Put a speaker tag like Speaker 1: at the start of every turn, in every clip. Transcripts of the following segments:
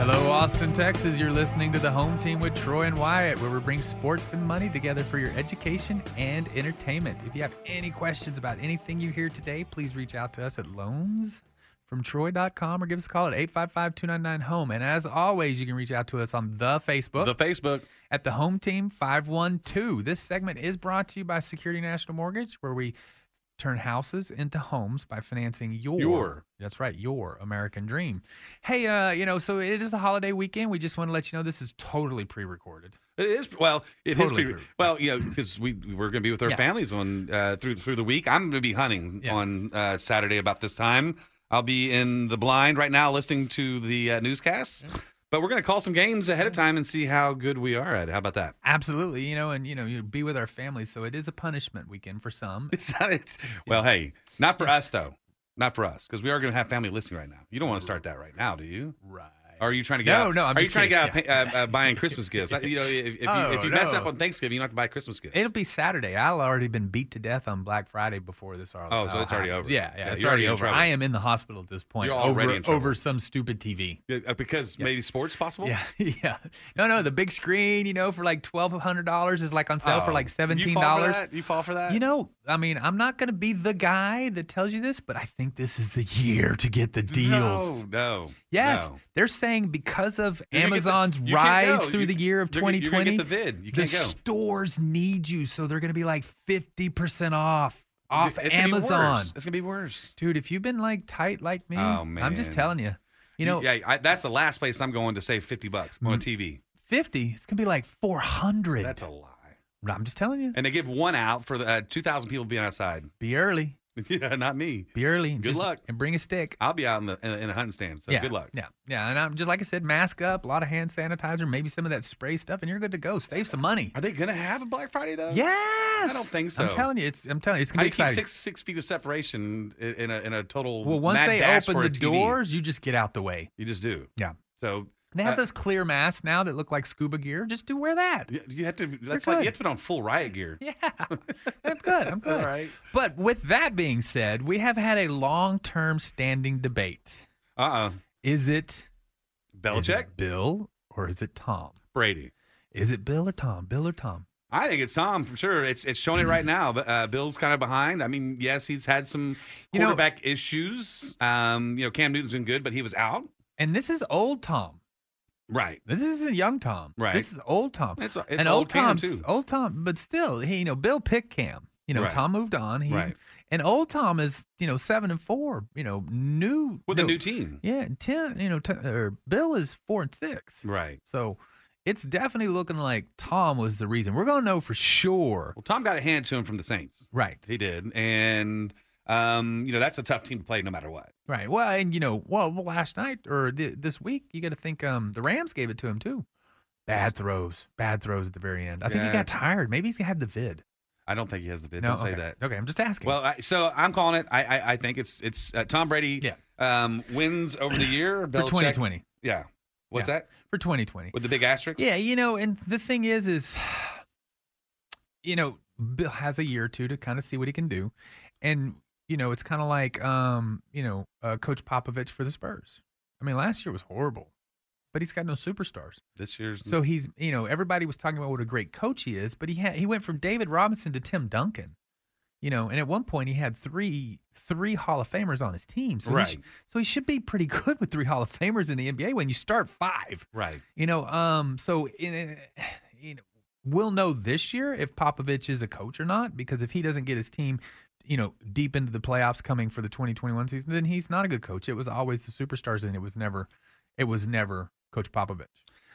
Speaker 1: Hello, Austin, Texas. You're listening to the home team with Troy and Wyatt, where we bring sports and money together for your education and entertainment. If you have any questions about anything you hear today, please reach out to us at loansfromtroy.com or give us a call at 855 299 home. And as always, you can reach out to us on the Facebook.
Speaker 2: The Facebook.
Speaker 1: At the home team 512. This segment is brought to you by Security National Mortgage, where we turn houses into homes by financing your,
Speaker 2: Your.
Speaker 1: that's right your american dream hey uh you know so it is the holiday weekend we just want to let you know this is totally pre-recorded
Speaker 2: It is well. It is
Speaker 1: Totally
Speaker 2: pre-
Speaker 1: true.
Speaker 2: well, you know, because we we're going to be with our
Speaker 1: Yeah.
Speaker 2: families on uh, through through the week. I'm going to be hunting
Speaker 1: Yes.
Speaker 2: on uh, Saturday about this time. I'll be in the blind right now, listening to the uh, newscasts. But we're going to call some games ahead of time and see how good we are at it. How about that?
Speaker 1: absolutely you know and you know you be with our family so it is a punishment weekend for some
Speaker 2: It's not, it's, well, hey, not for us though. Not for us because we are going to have family listening right now. You don't want to start that right now, do you?
Speaker 1: right
Speaker 2: Are you trying to get
Speaker 1: No,
Speaker 2: out?
Speaker 1: no, I'm
Speaker 2: are
Speaker 1: just
Speaker 2: you trying to
Speaker 1: kidding.
Speaker 2: get out pa- uh, uh, buying Christmas gifts? you know, if, if you, if
Speaker 1: Oh,
Speaker 2: you mess up
Speaker 1: no.
Speaker 2: on Thanksgiving, you don't have to buy Christmas gifts.
Speaker 1: it'll be saturday i'll already been beat to death on black friday before this all,
Speaker 2: Oh, so
Speaker 1: all
Speaker 2: it's already
Speaker 1: happens.
Speaker 2: over.
Speaker 1: yeah yeah,
Speaker 2: Yeah,
Speaker 1: it's
Speaker 2: you're
Speaker 1: already
Speaker 2: already in
Speaker 1: over
Speaker 2: trouble.
Speaker 1: i am in the hospital at this point
Speaker 2: You're
Speaker 1: over,
Speaker 2: already in trouble.
Speaker 1: over some stupid tv
Speaker 2: Yeah, uh, because maybe sports possible.
Speaker 1: Yeah, yeah. No, no, the big screen, you know, for like twelve hundred dollars is like on sale for
Speaker 2: Oh.
Speaker 1: like
Speaker 2: You
Speaker 1: seventeen
Speaker 2: fall for
Speaker 1: dollars.
Speaker 2: that? You fall for that?
Speaker 1: You know, I mean, I'm not gonna be the guy that tells you this, but I think this is the year to get the deals.
Speaker 2: No, no.
Speaker 1: yes,
Speaker 2: no.
Speaker 1: they're saying because of
Speaker 2: You're gonna get the-
Speaker 1: Amazon's
Speaker 2: you can't
Speaker 1: rise
Speaker 2: go.
Speaker 1: through
Speaker 2: You-
Speaker 1: the year of
Speaker 2: you're
Speaker 1: 2020,
Speaker 2: gonna- you're gonna get the vid. You can't
Speaker 1: the
Speaker 2: go.
Speaker 1: stores need you, so they're gonna be like fifty percent off off
Speaker 2: It's gonna be worse.
Speaker 1: Amazon.
Speaker 2: It's gonna be worse.
Speaker 1: Dude, if you've been like tight like me,
Speaker 2: Oh,
Speaker 1: I'm just
Speaker 2: man.
Speaker 1: telling you. You know, Mm.
Speaker 2: yeah, I, that's the last place I'm going to save fifty bucks on a TV.
Speaker 1: 50, it's going to be like 400.
Speaker 2: That's a lie.
Speaker 1: I'm just telling you.
Speaker 2: And they give one out for the uh, two thousand people being outside.
Speaker 1: Be early.
Speaker 2: yeah, not me.
Speaker 1: Be early. and
Speaker 2: Good luck.
Speaker 1: And bring a stick.
Speaker 2: I'll be out in the in a, in a hunting stand. So
Speaker 1: yeah.
Speaker 2: good luck.
Speaker 1: Yeah. Yeah. And I'm just like I said, mask up, a lot of hand sanitizer, maybe some of that spray stuff, and you're good to go. Save some money.
Speaker 2: Are they gonna have a Black Friday though?
Speaker 1: Yes.
Speaker 2: think
Speaker 1: I'm
Speaker 2: so.
Speaker 1: telling you, it's I'm telling you, it's
Speaker 2: How
Speaker 1: gonna
Speaker 2: do
Speaker 1: be
Speaker 2: you keep
Speaker 1: exciting.
Speaker 2: six six feet of separation i- in a in a total
Speaker 1: well, once
Speaker 2: mad
Speaker 1: they
Speaker 2: dash
Speaker 1: open
Speaker 2: for a
Speaker 1: the
Speaker 2: TV?
Speaker 1: doors, you just get out the way.
Speaker 2: you just do.
Speaker 1: Yeah.
Speaker 2: So
Speaker 1: And they have
Speaker 2: uh,
Speaker 1: those clear masks now that look like scuba gear. Just do wear that.
Speaker 2: You, you have to. That's like
Speaker 1: good.
Speaker 2: you have to put on full riot gear.
Speaker 1: Yeah, I'm good. I'm good.
Speaker 2: All right.
Speaker 1: But with that being said, we have had a long-term standing debate.
Speaker 2: Uh uh
Speaker 1: Is it is it
Speaker 2: Belichick,
Speaker 1: Bill, or is it Tom?
Speaker 2: Brady.
Speaker 1: Is it Bill or Tom? Bill or Tom?
Speaker 2: I think it's Tom for sure. It's it's showing it right now. But uh, Bill's kind of behind. I mean, yes, he's had some
Speaker 1: You know-
Speaker 2: quarterback issues. Um, you know, Cam Newton's been good, but he was out.
Speaker 1: And this is old Tom.
Speaker 2: Right.
Speaker 1: This isn't young Tom.
Speaker 2: Right.
Speaker 1: This is old Tom.
Speaker 2: It's- it's
Speaker 1: and
Speaker 2: old Cam,
Speaker 1: Tom's-
Speaker 2: too.
Speaker 1: Old Tom, but still, he, you know, Bill picked Cam. You know,
Speaker 2: Right.
Speaker 1: Tom moved on. He,
Speaker 2: Right.
Speaker 1: And old Tom is, you know, seven and four. You know, new
Speaker 2: With
Speaker 1: no,
Speaker 2: a new team.
Speaker 1: Yeah, and ten. You know, ten, or Bill is four and six.
Speaker 2: Right.
Speaker 1: So it's definitely looking like Tom was the reason. We're gonna know for sure.
Speaker 2: Well, Tom got a hand to him from the Saints.
Speaker 1: Right.
Speaker 2: He did, and um, you know that's a tough team to play no matter what.
Speaker 1: Right. Well, and you know, well, well, last night or th- this week, you got to think um the Rams gave it to him too. Bad throws, bad throws at the very end. I think he
Speaker 2: Yeah.
Speaker 1: got tired. Maybe he had the vid.
Speaker 2: I don't think he has the bid.
Speaker 1: no,
Speaker 2: don't say
Speaker 1: okay.
Speaker 2: that.
Speaker 1: Okay, I'm just asking.
Speaker 2: Well, I, so I'm calling it. I I, I think it's it's uh, Tom Brady.
Speaker 1: Yeah.
Speaker 2: Um, wins over the year
Speaker 1: for
Speaker 2: Belichick-
Speaker 1: 2020,
Speaker 2: Yeah. What's
Speaker 1: Yeah.
Speaker 2: that?
Speaker 1: for 2020.
Speaker 2: With the big asterisk?
Speaker 1: Yeah, you know, and the thing is, is you know, Bill has a year or two to kind of see what he can do, and you know, it's kind of like, um, you know, uh, Coach Popovich for the Spurs. I mean, last year was horrible, but he's got no superstars.
Speaker 2: This year's
Speaker 1: So he's, you know, everybody was talking about what a great coach he is, but he had, he went from David Robinson to Tim Duncan, you know, and at one point he had three three Hall of Famers on his team. So he sh-
Speaker 2: Right.
Speaker 1: so he should be pretty good with three Hall of Famers in the NBA when you start five.
Speaker 2: right.
Speaker 1: You know, um, so in, uh, you know, we'll know this year if Popovich is a coach or not, because if he doesn't get his team, you know, deep into the playoffs coming for the 2021 season, then he's not a good coach. It was always the superstars, and it was never, it was never Coach Popovich.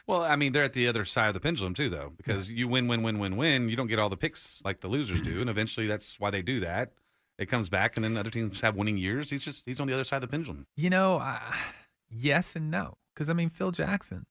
Speaker 2: Well, I mean, they're at the other side of the pendulum too, though, because you win, win, win, win, win. You don't get all the picks like the losers do, and eventually that's why they do that. It comes back, and then other teams have winning years. He's just he's on the other side of the pendulum.
Speaker 1: You know, I, yes and no, because I mean Phil Jackson.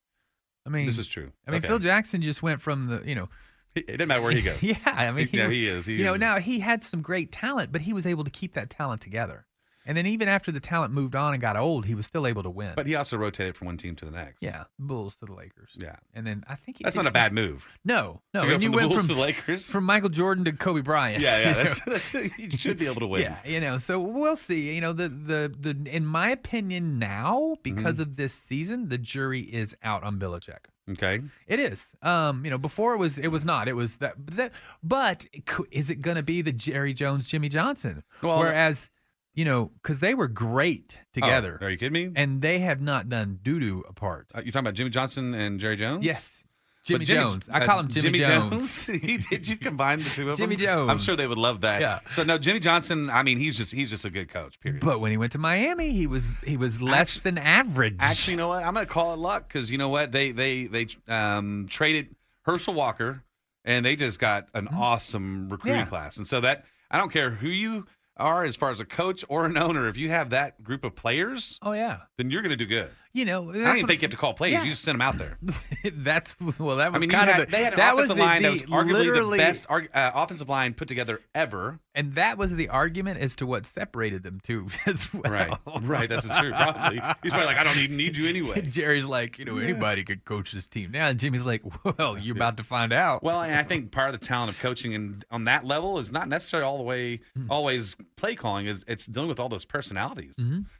Speaker 1: I mean,
Speaker 2: This is true.
Speaker 1: I mean,
Speaker 2: Okay.
Speaker 1: Phil Jackson just went from the, you know,
Speaker 2: It doesn't matter where he goes.
Speaker 1: yeah, I mean,
Speaker 2: Yeah, he is. He
Speaker 1: you know,
Speaker 2: is.
Speaker 1: now he had some great talent, but he was able to keep that talent together. And then even after the talent moved on and got old, he was still able to win.
Speaker 2: But he also rotated from one team to the next.
Speaker 1: yeah, Bulls to the Lakers.
Speaker 2: Yeah.
Speaker 1: and then I think he
Speaker 2: That's
Speaker 1: did-
Speaker 2: not a bad move.
Speaker 1: No, no.
Speaker 2: to go
Speaker 1: and you
Speaker 2: from the
Speaker 1: went
Speaker 2: Bulls
Speaker 1: from
Speaker 2: to the Lakers.
Speaker 1: from Michael Jordan to Kobe Bryant.
Speaker 2: yeah, yeah.
Speaker 1: you know?
Speaker 2: That's, that's, you should be able to win.
Speaker 1: Yeah, you know, so we'll see. You know, the the the in my opinion now, because
Speaker 2: Mm-hmm.
Speaker 1: of this season, the jury is out on Belichick.
Speaker 2: Okay.
Speaker 1: It is. Um, you know, before it was it was not. It was that, that but it cou- is it going to be the Jerry Jones, Jimmy Johnson?
Speaker 2: Well,
Speaker 1: Whereas, you know, because they were great together,
Speaker 2: Oh, are you kidding me?
Speaker 1: and they have not done doo doo apart.
Speaker 2: Uh, you're talking about Jimmy Johnson and Jerry Jones?
Speaker 1: yes,
Speaker 2: But
Speaker 1: Jimmy, Jones. I
Speaker 2: uh,
Speaker 1: call him Jimmy,
Speaker 2: Jones. Did you combine the two of
Speaker 1: Jimmy
Speaker 2: them? I'm
Speaker 1: Jones.
Speaker 2: sure they would love that.
Speaker 1: Yeah.
Speaker 2: So no, Jimmy Johnson. I mean, he's just he's just a good coach. Period.
Speaker 1: But when he went to Miami, he was he was less
Speaker 2: Actu-
Speaker 1: than average.
Speaker 2: Actually, you know what? I'm going to call it luck because you know what? They they they um, traded Herschel Walker, and they just got an awesome recruiting
Speaker 1: Mm-hmm. Yeah.
Speaker 2: class. And so that I don't care who you are as far as a coach or an owner, if you have that group of players,
Speaker 1: oh yeah,
Speaker 2: then you're going to do good.
Speaker 1: you know. That's
Speaker 2: I don't even
Speaker 1: what-
Speaker 2: think you have to call plays.
Speaker 1: Yeah.
Speaker 2: You just send them out there.
Speaker 1: that's well, that
Speaker 2: I
Speaker 1: was
Speaker 2: mean, you
Speaker 1: kind
Speaker 2: had-
Speaker 1: of the,
Speaker 2: they had an
Speaker 1: that was
Speaker 2: offensive
Speaker 1: the,
Speaker 2: line
Speaker 1: the,
Speaker 2: that was arguably the
Speaker 1: literally-
Speaker 2: best arg- uh, offensive line put together ever.
Speaker 1: and that was the argument as to what separated them too, as well.
Speaker 2: Oh, right. That's true. Probably he's probably like, I don't even need you anyway.
Speaker 1: Jerry's like, you know, anybody could coach this team now. And Jimmy's like, well, you're about to find out.
Speaker 2: Well, and I think part of the talent of coaching and on that level is not necessarily all the way always play calling. Is it's dealing with all those personalities.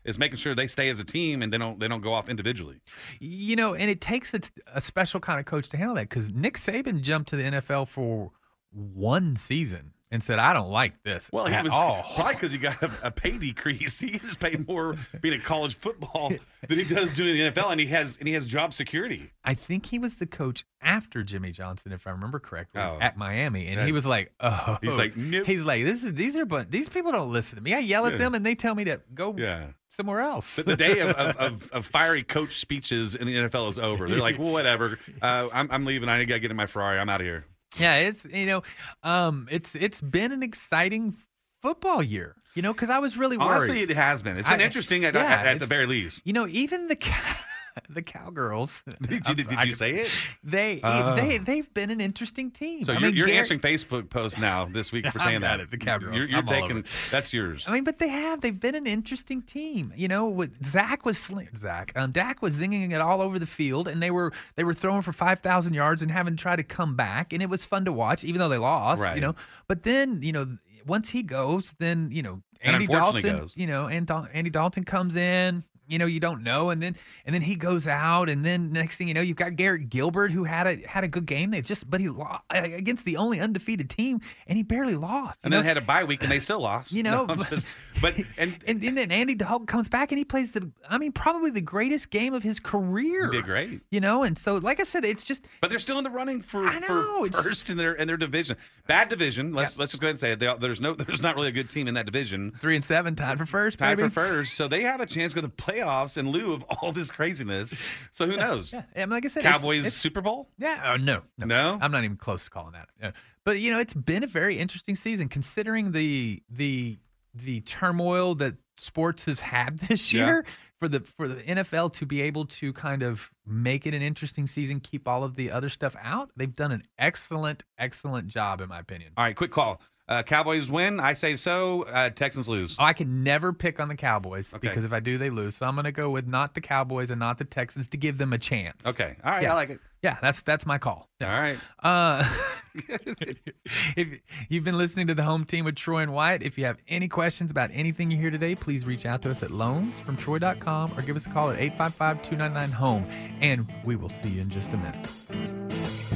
Speaker 2: It's making sure they stay as a team and they don't they don't go off individually.
Speaker 1: you know, and it takes a, a special kind of coach to handle that because Nick Saban jumped to the NFL for one season and said, I don't like this
Speaker 2: Well, he
Speaker 1: at
Speaker 2: was
Speaker 1: all.
Speaker 2: probably because he got a, a pay decrease. He is paid more being in college football than he does doing the NFL, and he has and he has job security.
Speaker 1: I think he was the coach after Jimmy Johnson, if I remember correctly,
Speaker 2: Oh.
Speaker 1: at Miami, and
Speaker 2: Yeah.
Speaker 1: he was like, "Oh,
Speaker 2: He's like, nope.
Speaker 1: he's like, this is these are but these people don't listen to me. I yell at
Speaker 2: Yeah.
Speaker 1: them, and they tell me to go
Speaker 2: Yeah.
Speaker 1: somewhere else."
Speaker 2: The, the day of, of, of, of fiery coach speeches in the NFL is over. They're like, well, whatever. Uh, I'm, I'm leaving. I got to get in my Ferrari. I'm out of here.
Speaker 1: yeah, it's you know, um, it's it's been an exciting football year, you know, because I was really worried.
Speaker 2: Honestly, it has been. It's been
Speaker 1: I-
Speaker 2: interesting at,
Speaker 1: yeah,
Speaker 2: at- at the
Speaker 1: it's-
Speaker 2: very least.
Speaker 1: you know, even the cow- the cowgirls.
Speaker 2: Did you,
Speaker 1: I'm
Speaker 2: did,
Speaker 1: sorry,
Speaker 2: did
Speaker 1: I
Speaker 2: you
Speaker 1: can-
Speaker 2: say it? Uh.
Speaker 1: They they they've been an interesting team.
Speaker 2: So
Speaker 1: I
Speaker 2: you're,
Speaker 1: mean,
Speaker 2: you're
Speaker 1: Gary-
Speaker 2: answering Facebook posts now this week for
Speaker 1: I'm
Speaker 2: saying
Speaker 1: not
Speaker 2: that.
Speaker 1: at the Cowgirls.
Speaker 2: You're, you're
Speaker 1: I'm all over
Speaker 2: taking
Speaker 1: it. Um,
Speaker 2: that's yours.
Speaker 1: I mean, but they have. They've been an interesting team. You know, with Zach was sling, Zach, um, Dak was zinging it all over the field, and they were they were throwing for five thousand yards and having to try to come back, and it was fun to watch, even though they lost.
Speaker 2: Right.
Speaker 1: You know, but then you know, once he goes, then you know,
Speaker 2: And
Speaker 1: Andy
Speaker 2: unfortunately
Speaker 1: Dalton,
Speaker 2: goes.
Speaker 1: you know, and Dal- Andy Dalton comes in. You know, you don't know, and then and then he goes out, and then next thing you know, you've got Garrett Gilbert who had a had a good game. They just, but he lost against the only undefeated team, and he barely lost. you
Speaker 2: and then
Speaker 1: know?
Speaker 2: had a bye week and they still lost.
Speaker 1: You know,
Speaker 2: No, I'm
Speaker 1: but-
Speaker 2: just- but and
Speaker 1: and, and then Andy Dalton comes back and he plays the, I mean, probably the greatest game of his career.
Speaker 2: did great.
Speaker 1: You know, and so, like I said, it's just,
Speaker 2: But they're still in the running for,
Speaker 1: I know,
Speaker 2: for
Speaker 1: it's-
Speaker 2: first in their in their division. Bad division. Let's let's just go ahead and say it. They, all- there's no there's not really a good team in that division.
Speaker 1: three and seven, tied for first.
Speaker 2: Tied for
Speaker 1: baby.
Speaker 2: first, so they have a chance to go to the playoffs in lieu of all this craziness. So who knows?
Speaker 1: Yeah. I mean, like I said, it's-
Speaker 2: Cowboys
Speaker 1: it's-
Speaker 2: Super Bowl?
Speaker 1: yeah. Oh, no, no.
Speaker 2: No?
Speaker 1: I'm not even close to calling that. Uh, But, you know, it's been a very interesting season considering the, the, the turmoil that sports has had this
Speaker 2: Yeah.
Speaker 1: year for the for the NFL to be able to kind of make it an interesting season keep all of the other stuff out they've done an excellent excellent job in my opinion
Speaker 2: All right, quick call. Uh, Cowboys win. I say so. Uh, Texans lose.
Speaker 1: Oh, I can never pick on the Cowboys
Speaker 2: Okay.
Speaker 1: because if I do, they lose. So I'm going to go with not the Cowboys and not the Texans to give them a chance.
Speaker 2: Okay. All right.
Speaker 1: Yeah.
Speaker 2: I like it.
Speaker 1: Yeah, that's that's my call.
Speaker 2: All right.
Speaker 1: Uh, if you've been listening to the home team with Troy and Wyatt, if you have any questions about anything you hear today, please reach out to us at loansfromtroy.com or give us a call at 855 299 home. And we will see you in just a minute.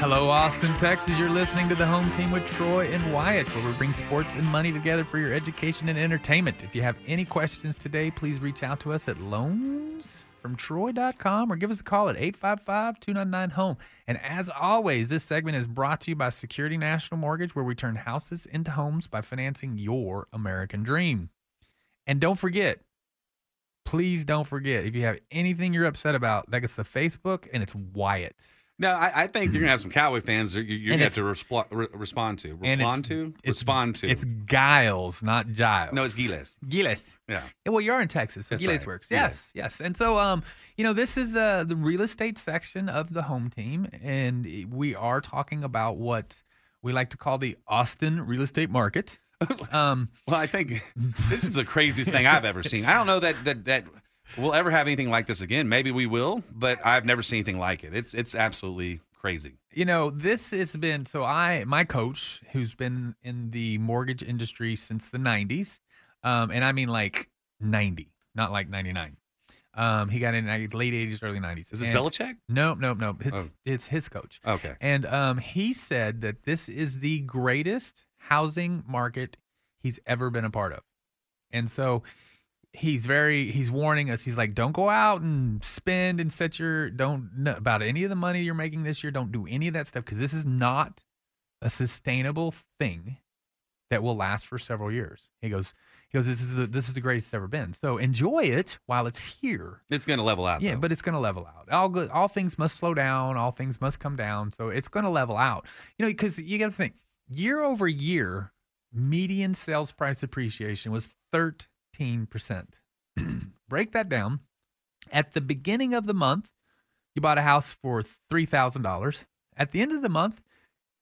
Speaker 1: Hello, Austin, Texas. You're listening to the home team with Troy and Wyatt, where we bring sports and money together for your education and entertainment. If you have any questions today, please reach out to us at loansfromtroy.com or give us a call at 855 299 home. And as always, this segment is brought to you by Security National Mortgage, where we turn houses into homes by financing your American dream. And don't forget, please don't forget, if you have anything you're upset about, that gets to Facebook and it's Wyatt.
Speaker 2: No, I, I think you're gonna have some Cowboy fans that you, you're
Speaker 1: And
Speaker 2: gonna have to respl- re- respond to.
Speaker 1: And
Speaker 2: Respond to? respond to.
Speaker 1: It's Giles, not Giles.
Speaker 2: no, it's Giles.
Speaker 1: Giles.
Speaker 2: Yeah.
Speaker 1: Yeah, Well, you are in Texas, so
Speaker 2: That's
Speaker 1: Giles
Speaker 2: right.
Speaker 1: works.
Speaker 2: Giles.
Speaker 1: Yes, yes. And so, um, you know, this is uh, the real estate section of the home team, and we are talking about what we like to call the Austin real estate market. Um,
Speaker 2: Well, I think this is the craziest thing I've ever seen. I don't know that that that we'll ever have anything like this again. Maybe we will, but I've never seen anything like it. It's it's absolutely crazy.
Speaker 1: you know this has been so i my coach who's been in the mortgage industry since the 90s um and i mean like 90 not like 99 um he got in like, late 80s early 90s
Speaker 2: Is this
Speaker 1: And-
Speaker 2: Belichick?
Speaker 1: no no no it's
Speaker 2: Oh.
Speaker 1: it's his coach
Speaker 2: Okay.
Speaker 1: and um he said that this is the greatest housing market he's ever been a part of and so he's very he's warning us he's like don't go out and spend and set your don't know about any of the money you're making this year don't do any of that stuff because this is not a sustainable thing that will last for several years he goes he goes this is the this is the greatest it's ever been so enjoy it while it's here
Speaker 2: It's gonna level out.
Speaker 1: yeah
Speaker 2: though.
Speaker 1: but it's going to level out all good all things must slow down all things must come down so it's going to level out you know because you got to think year over year median sales price appreciation was 13% break that down at the beginning of the month you bought a house for $3000 at the end of the month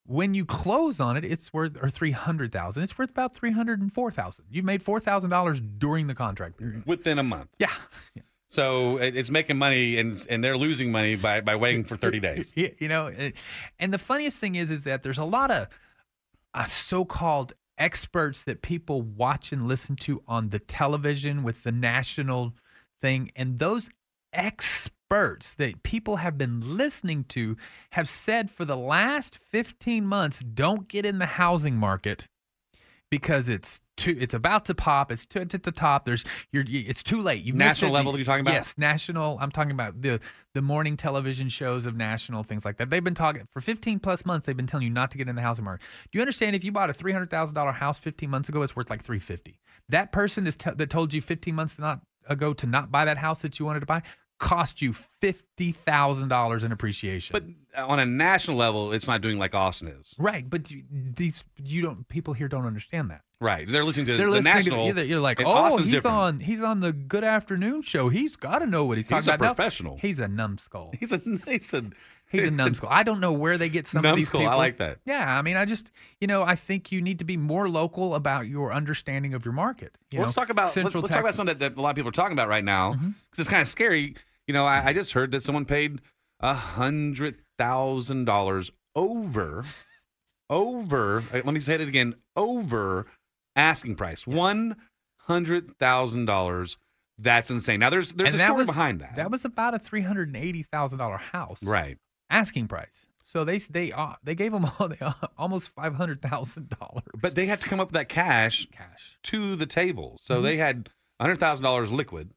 Speaker 1: when you close on it it's worth or 300000 it's worth about 304000 you've made $4000 during the contract period
Speaker 2: within a month.
Speaker 1: yeah
Speaker 2: So it, it's making money and and they're losing money by by waiting for 30 days.
Speaker 1: Yeah, you know, it- and the funniest thing is, is that there's a lot of uh, so-called experts that people watch and listen to on the television with the national thing, and those experts that people have been listening to have said for the last 15 months, don't get in the housing market because it's too, it's about to pop. It's too, it's at the top. There's you're, you- it's too late. You missed
Speaker 2: National
Speaker 1: it.
Speaker 2: level that you're talking about?
Speaker 1: Yes, national. I'm talking about the the morning television shows of national things like that. They've been talking for 15 plus months. They've been telling you not to get in the housing market. Do you understand? If you bought a three hundred thousand dollar house 15 months ago, it's worth like 350. That person is te- that told you 15 months to not ago to not buy that house that you wanted to buy. cost you fifty thousand dollars in appreciation.
Speaker 2: But on a national level, it's not doing like Austin is.
Speaker 1: Right, but you, these you don't people here don't understand that.
Speaker 2: Right, they're listening to
Speaker 1: They're
Speaker 2: the
Speaker 1: listening
Speaker 2: national.
Speaker 1: To, you're, you're like,
Speaker 2: and
Speaker 1: oh,
Speaker 2: Austin's
Speaker 1: he's
Speaker 2: different.
Speaker 1: on he's on the Good Afternoon show. He's got to know what he's
Speaker 2: He's
Speaker 1: talking
Speaker 2: a
Speaker 1: about. No,
Speaker 2: professional.
Speaker 1: he's a numbskull.
Speaker 2: He's a he's a
Speaker 1: He's a numbskull. I don't know where they get some of these
Speaker 2: Numbskull, I
Speaker 1: people.
Speaker 2: like that.
Speaker 1: Yeah, I mean, I just you know, I think you need to be more local about your understanding of your market. you
Speaker 2: Well, let's
Speaker 1: know,
Speaker 2: talk about let's,
Speaker 1: Central
Speaker 2: let's talk about
Speaker 1: Texas. Mm-hmm.
Speaker 2: something that, that a lot of people are talking about right now because it's kind of scary. You know, I, I just heard that someone paid a hundred thousand dollars over, over. uh, Let me say it again: over asking price, one hundred thousand dollars. That's insane. Now, there's there's
Speaker 1: And
Speaker 2: a
Speaker 1: that
Speaker 2: story
Speaker 1: was-
Speaker 2: behind that,
Speaker 1: That was about a three hundred and eighty thousand dollar house
Speaker 2: right?
Speaker 1: asking price. So they they uh, they gave them all they, almost five hundred thousand dollars
Speaker 2: But they had to come up with that cash
Speaker 1: cash.
Speaker 2: to the table. So they had hundred thousand dollars liquid,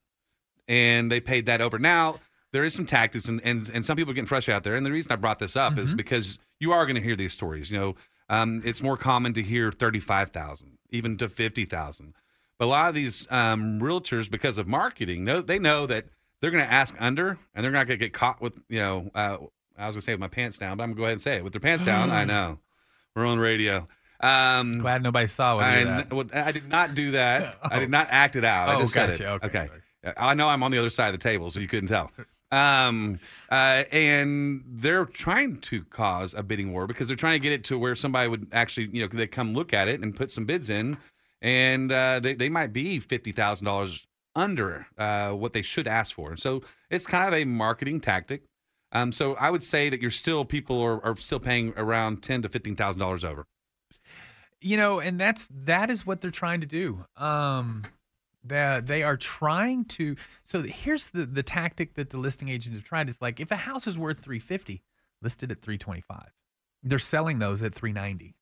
Speaker 2: and they paid that over. Now there is some tactics, and and, and some people are getting frustrated out there. And the reason I brought this up is because you are going to hear these stories. You know, um, it's more common to hear thirty-five thousand, even to fifty thousand. But a lot of these um, realtors, because of marketing, know they know that they're going to ask under, and they're not going to get caught with you know. Uh, I was going to say with my pants down, but I'm going to go ahead and say it with their pants down. I know we're on radio. Um,
Speaker 1: Glad nobody saw what I
Speaker 2: I,
Speaker 1: did that.
Speaker 2: kn- well, I did not do that. I did not act it out. I
Speaker 1: Oh,
Speaker 2: just said
Speaker 1: gotcha.
Speaker 2: it.
Speaker 1: Okay, sorry.
Speaker 2: I know I'm on the other side of the table, so you couldn't tell. Um, uh, and they're trying to cause a bidding war because they're trying to get it to where somebody would actually, you know, they come look at it and put some bids in, and uh, they they might be fifty thousand dollars under uh, what they should ask for. So it's kind of a marketing tactic. Um, so I would say that you're still people are, are still paying around ten to fifteen thousand dollars over.
Speaker 1: you know and that's that is what they're trying to do um that they are trying to so here's the the tactic that the listing agent has tried it's like if a house is worth 350 listed at 325 they're selling those at 390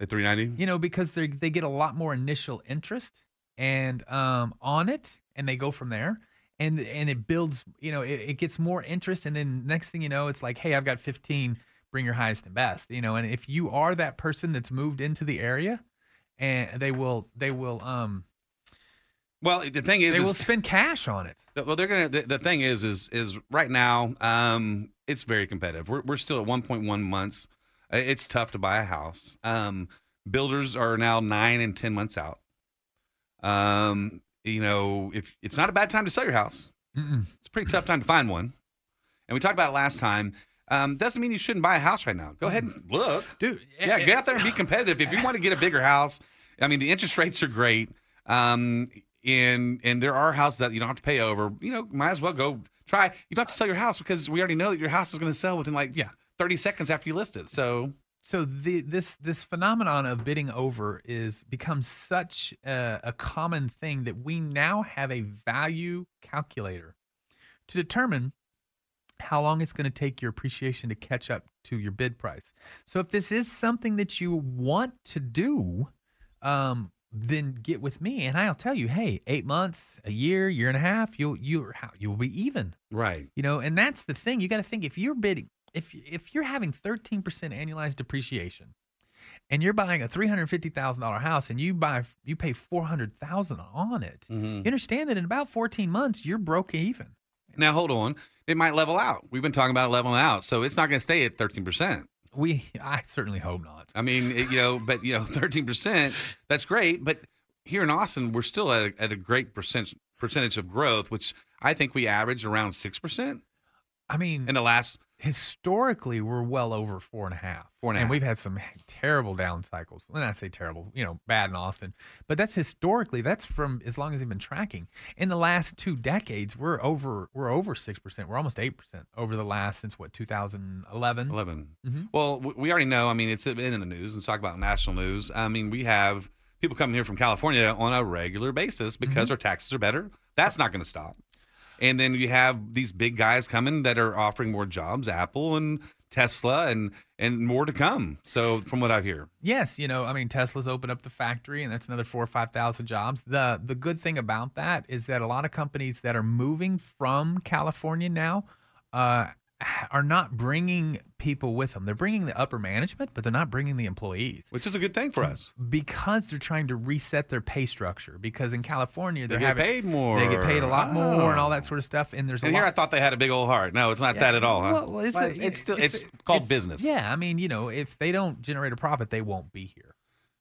Speaker 2: At three ninety.
Speaker 1: you know because they they get a lot more initial interest and um on it and they go from there and and it builds you know it, it gets more interest and then next thing you know it's like hey i've got 15 bring your highest and best you know and if you are that person that's moved into the area and they will they will um
Speaker 2: Well, the thing is,
Speaker 1: they will
Speaker 2: is-
Speaker 1: spend cash on it
Speaker 2: The- Well, they're gonna. The, the thing is, is is right now, um, it's very competitive. We're we're still at 1.1 months. Uh, It's tough to buy a house. Um, builders are now nine and ten months out. Um, you know, if it's not a bad time to sell your house,
Speaker 1: Mm-mm.
Speaker 2: it's a pretty tough time to find one. And we talked about it last time. Um, doesn't mean you shouldn't buy a house right now. Go ahead and look.
Speaker 1: dude eh,
Speaker 2: Yeah, get out there and be competitive. If you want to get a bigger house, I mean, the interest rates are great. Um, and and there are houses that you don't have to pay over. You know, might as well go try. You don't have to sell your house because we already know that your house is going to sell within like
Speaker 1: Yeah.
Speaker 2: thirty seconds after you list it. So
Speaker 1: so the this this phenomenon of bidding over is becomes such a, a common thing that we now have a value calculator to determine how long it's going to take your appreciation to catch up to your bid price. So if this is something that you want to do, um, then get with me and I'll tell you, hey, eight months, a year, year and a half, you'll you're you'll be even.
Speaker 2: right,
Speaker 1: You know, and that's the thing. You got to think if you're bidding, if if you're having 13% annualized depreciation, and you're buying a $350,000 house, and you buy you pay 400,000 on it. You understand that in about 14 months you're broke even.
Speaker 2: now hold on, it might level out. We've been talking about leveling out, so it's not going to stay at thirteen percent.
Speaker 1: We, I certainly hope not.
Speaker 2: I mean, it, you know, but you know, thirteen percent that's great. But here in Austin, we're still at a, at a great percent percentage of growth, which I think we average around six percent.
Speaker 1: I mean,
Speaker 2: in the last
Speaker 1: historically we're well over four and a half.
Speaker 2: Four and a half.
Speaker 1: And we've had some terrible down cycles. When I say terrible, you know, bad in Austin. But that's historically, that's from as long as they've been tracking. In the last two decades, we're over we're over six percent. We're almost eight percent over the last since what, two thousand eleven?
Speaker 2: 11
Speaker 1: Mhm.
Speaker 2: well w- we already know i mean it's been in the news and talk about national news i mean we have people coming here from california on a regular basis because
Speaker 1: Mm-hmm.
Speaker 2: our taxes are better that's not going to stop and then you have these big guys coming that are offering more jobs apple and tesla and and more to come so from what i hear
Speaker 1: Yes, you know, I mean Tesla's opened up the factory and that's another four or five thousand jobs. The the good thing about that is that a lot of companies that are moving from California now uh are not bringing people with them. They're bringing the upper management, but they're not bringing the employees,
Speaker 2: which is a good thing
Speaker 1: Mm-hmm.
Speaker 2: for us
Speaker 1: because they're trying to reset their pay structure. Because in California,
Speaker 2: They
Speaker 1: they're
Speaker 2: get
Speaker 1: having,
Speaker 2: paid more.
Speaker 1: They get paid a lot more and all that
Speaker 2: Oh.
Speaker 1: sort of stuff. And there's
Speaker 2: And
Speaker 1: a
Speaker 2: here
Speaker 1: lot
Speaker 2: I thought they had a big old heart. No, it's not that at all, huh?
Speaker 1: Well, well, it's, a-
Speaker 2: it's still
Speaker 1: it's
Speaker 2: it's,
Speaker 1: a-
Speaker 2: called business.
Speaker 1: Yeah, I mean, you know, if they don't generate a profit, they won't be here.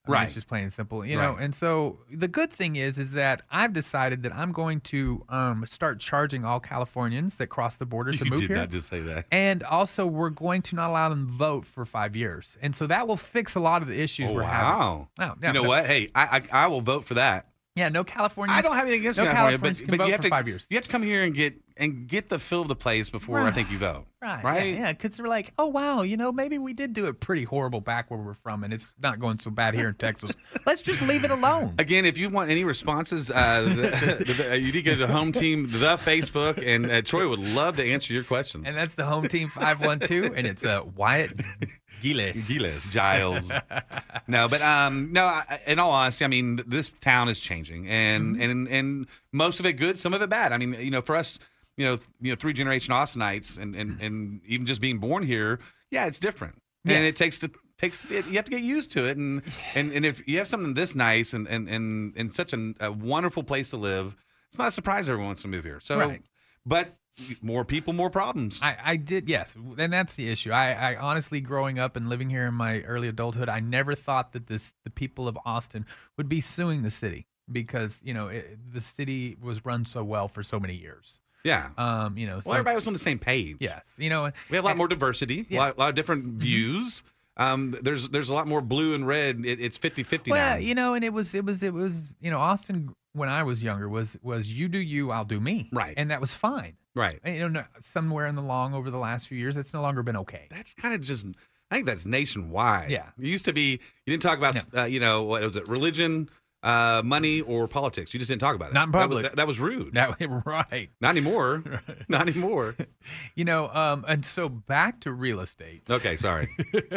Speaker 1: I mean,
Speaker 2: Right.
Speaker 1: it's just plain and simple, you know.
Speaker 2: Right.
Speaker 1: And so the good thing is, is that I've decided that I'm going to um, start charging all Californians that cross the border to
Speaker 2: You
Speaker 1: move
Speaker 2: did
Speaker 1: here.
Speaker 2: not just say that.
Speaker 1: And also, we're going to not allow them to vote for five years, and so that will fix a lot of the issues
Speaker 2: Oh,
Speaker 1: we're
Speaker 2: wow.
Speaker 1: having. Oh, yeah,
Speaker 2: you know
Speaker 1: no-
Speaker 2: what? Hey, I, I I will vote for that.
Speaker 1: Yeah, no California.
Speaker 2: I don't have anything against
Speaker 1: no
Speaker 2: California,
Speaker 1: Californians
Speaker 2: but,
Speaker 1: can
Speaker 2: but
Speaker 1: vote
Speaker 2: you have
Speaker 1: for
Speaker 2: to
Speaker 1: five years.
Speaker 2: You have to come here and get and get the fill of the place before I
Speaker 1: Right.
Speaker 2: think you vote.
Speaker 1: Right,
Speaker 2: Right.
Speaker 1: Yeah, because they're like, oh wow, you know, maybe we did do it pretty horrible back where we're from, and it's not going so bad here in Texas. Let's just leave it alone.
Speaker 2: Again, if you want any responses, uh, the, the, you need to go to Home Team the Facebook, and uh, Troy would love to answer your questions.
Speaker 1: And that's the home team five one two, and it's uh, Wyatt Giles.
Speaker 2: Giles, Giles. no, but um, no. I, in all honesty, I mean, th- this town is changing, and and and most of it good, some of it bad. I mean, you know, for us, you know, th- you know, three generation Austinites, and and and even just being born here, yeah, it's different, and
Speaker 1: Yes.
Speaker 2: it takes the takes it, you have to get used to it, and and and if you have something this nice and and and, and such an, a wonderful place to live, it's not a surprise everyone wants to move here. So,
Speaker 1: Right.
Speaker 2: but more people, more problems.
Speaker 1: I, I did yes, and that's the issue. I, I honestly, growing up and living here in my early adulthood, I never thought that this the people of Austin would be suing the city because you know it, the city was run so well for so many years.
Speaker 2: Yeah.
Speaker 1: Um, you know, so
Speaker 2: Well, everybody was on the same page.
Speaker 1: Yes, you know,
Speaker 2: we have a lot more diversity, a, lot, a lot of different
Speaker 1: Mm-hmm.
Speaker 2: views. Um, there's there's a lot more blue and red. It, it's 50-50
Speaker 1: well,
Speaker 2: now.
Speaker 1: you know, and it was it was it was you know Austin when I was younger was was you do you, I'll do me, right, and that was fine,
Speaker 2: Right.
Speaker 1: And, you know, no- somewhere in the long over the last few years, that's no longer been okay.
Speaker 2: That's kind of just I think that's nationwide.
Speaker 1: Yeah.
Speaker 2: It used to be you didn't talk about uh, you know what was it religion, uh, money or politics. You just didn't talk about it.
Speaker 1: Not in
Speaker 2: That was-
Speaker 1: public.
Speaker 2: That, that was rude.
Speaker 1: That right.
Speaker 2: Not anymore. Not anymore.
Speaker 1: You know, um, and so back to real estate.
Speaker 2: Okay, sorry,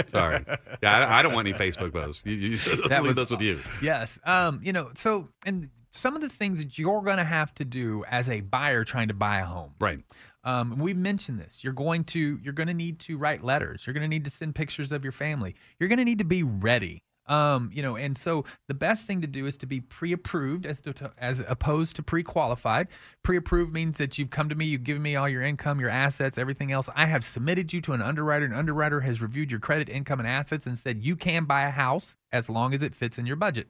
Speaker 2: sorry. Yeah, I, I don't want any Facebook posts. You, you
Speaker 1: That
Speaker 2: leave
Speaker 1: was-
Speaker 2: those with you.
Speaker 1: Yes. Um, you know, so and some of the things that you're going to have to do as a buyer trying to buy a home.
Speaker 2: Right.
Speaker 1: Um, we mentioned this. You're going to you're going to need to write letters. You're going to need to send pictures of your family. You're going to need to be ready. Um, you know, and so the best thing to do is to be pre-approved as to, as opposed to pre-qualified. Pre-approved means that you've come to me, you've given me all your income, your assets, everything else. I have submitted you to an underwriter. An underwriter has reviewed your credit, income, and assets and said you can buy a house as long as it fits in your budget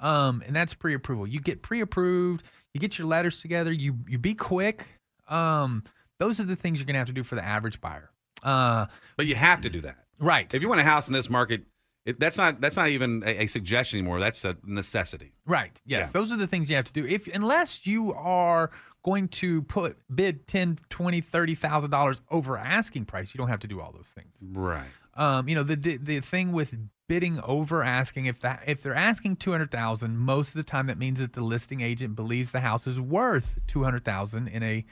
Speaker 1: um, and that's pre-approval. You get pre-approved. You get your letters together. You you be quick. Um, those are the things you're gonna have to do for the average buyer. Uh,
Speaker 2: but you have to do that,
Speaker 1: right?
Speaker 2: If you want a house in this market, it, that's not that's not even a, a suggestion anymore. That's a necessity.
Speaker 1: Right. Yes.
Speaker 2: Yeah.
Speaker 1: Those are the things you have to do. If unless you are going to put bid 10 20 30000 dollars over asking price you don't have to do all those things
Speaker 2: Right.
Speaker 1: um you know the the, the thing with bidding over asking if that if they're asking 200,000 most of the time that means that the listing agent believes the house is worth 200,000 in a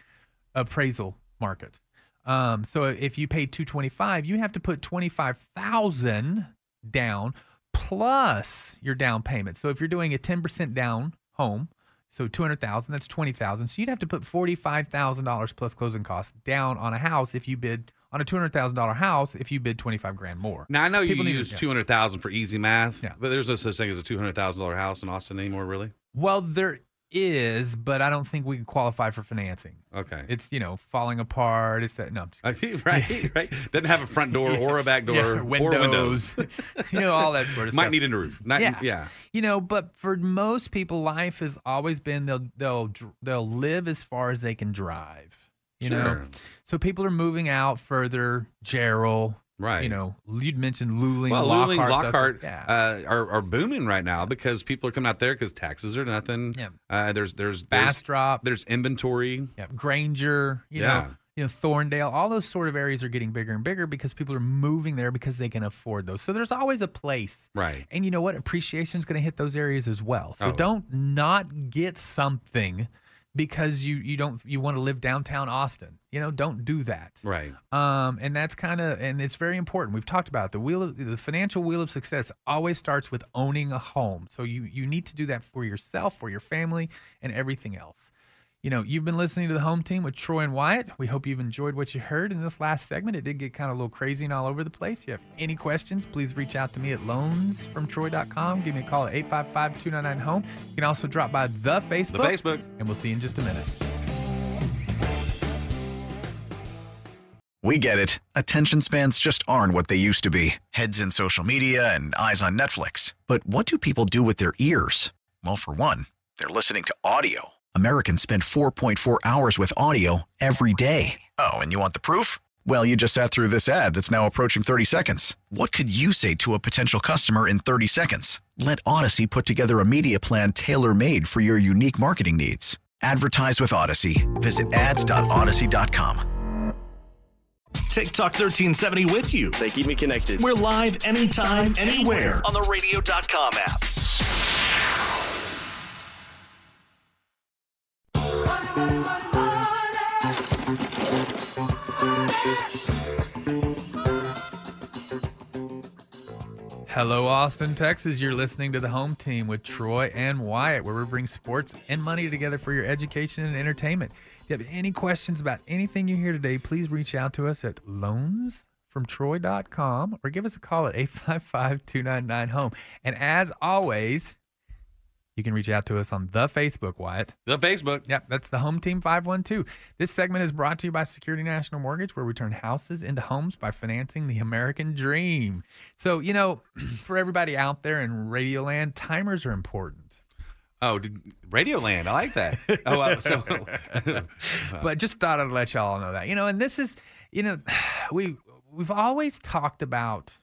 Speaker 1: appraisal market um so if you pay 225 you have to put 25,000 down plus your down payment so if you're doing a 10% down home so 200,000 that's 20,000 so you'd have to put $45,000 plus closing costs down on a house if you bid on a $200,000 house if you bid 25 grand more
Speaker 2: Now I know
Speaker 1: People need
Speaker 2: you
Speaker 1: to-
Speaker 2: use
Speaker 1: yeah.
Speaker 2: two hundred thousand for easy math, but there's no such thing as a two hundred thousand dollar house in Austin anymore, really.
Speaker 1: Well, there is, but I don't think we can qualify for financing.
Speaker 2: Okay.
Speaker 1: It's you know falling apart. It's that no, I'm just
Speaker 2: I think- right, right. Doesn't have a front door or a back door
Speaker 1: Yeah,
Speaker 2: or
Speaker 1: windows.
Speaker 2: windows.
Speaker 1: you know all that sort of
Speaker 2: Might
Speaker 1: stuff.
Speaker 2: need a roof. Not-
Speaker 1: yeah,
Speaker 2: yeah.
Speaker 1: You know, but for most people, life has always been they'll they'll dr- they'll live as far as they can drive. You know,
Speaker 2: Sure.
Speaker 1: so people are moving out further. Gerald,
Speaker 2: Right.
Speaker 1: You know, you'd mentioned Luling,
Speaker 2: Well,
Speaker 1: Lockhart.
Speaker 2: Luling,
Speaker 1: that's-
Speaker 2: Lockhart
Speaker 1: yeah.
Speaker 2: uh, are, are booming right now because people are coming out there because taxes are nothing.
Speaker 1: Yeah.
Speaker 2: Uh, there's there's
Speaker 1: Bastrop.
Speaker 2: There's, inventory.
Speaker 1: Yeah. Granger. you
Speaker 2: yeah.
Speaker 1: know, you know, Thorndale, all those sort of areas are getting bigger and bigger because people are moving there because they can afford those. So there's always a place.
Speaker 2: Right.
Speaker 1: And you know what? Appreciation is going to hit those areas as well. So
Speaker 2: Oh.
Speaker 1: don't not get something because you you don't you want to live downtown Austin. You know, don't do that.
Speaker 2: Right.
Speaker 1: Um, and that's kind of and it's very important. We've talked about it. the wheel of the financial wheel of success always starts with owning a home. So you you need to do that for yourself, for your family, and everything else. You know, you've been listening to the home team with Troy and Wyatt. We hope you've enjoyed what you heard in this last segment. It did get kind of a little crazy and all over the place. If you have any questions, please reach out to me at loansfromtroy.com. Give me a call at 855 299 home. E. You can also drop by the Facebook.
Speaker 2: The Facebook.
Speaker 1: And we'll see you in just a minute.
Speaker 3: We get it. Attention spans just aren't what they used to be heads in social media and eyes on Netflix. But what do people do with their ears? Well, for one, they're listening to audio. Americans spend 4.4 hours with audio every day. Oh, and you want the proof? Well, you just sat through this ad that's now approaching 30 seconds. What could you say to a potential customer in 30 seconds? Let Odyssey put together a media plan tailor made for your unique marketing needs. Advertise with Odyssey. Visit ads.odyssey.com.
Speaker 4: TikTok 1370 with you. They keep me connected. We're live anytime, anywhere on the radio.com app.
Speaker 1: Hello, Austin, Texas. You're listening to the home team with Troy and Wyatt, where we bring sports and money together for your education and entertainment. If you have any questions about anything you hear today, please reach out to us at loansfromtroy.com or give us a call at 855 299 home. And as always, you can reach out to us on the Facebook, Wyatt.
Speaker 2: The Facebook.
Speaker 1: Yep, that's the Home Team 512. This segment is brought to you by Security National Mortgage, where we turn houses into homes by financing the American dream. So, you know, for everybody out there in Radio Land, timers are important.
Speaker 2: Oh, did, Radio Land. I like that. Oh, uh, so. Uh-huh.
Speaker 1: but just thought I'd let y'all know that. You know, and this is, you know, we we've always talked about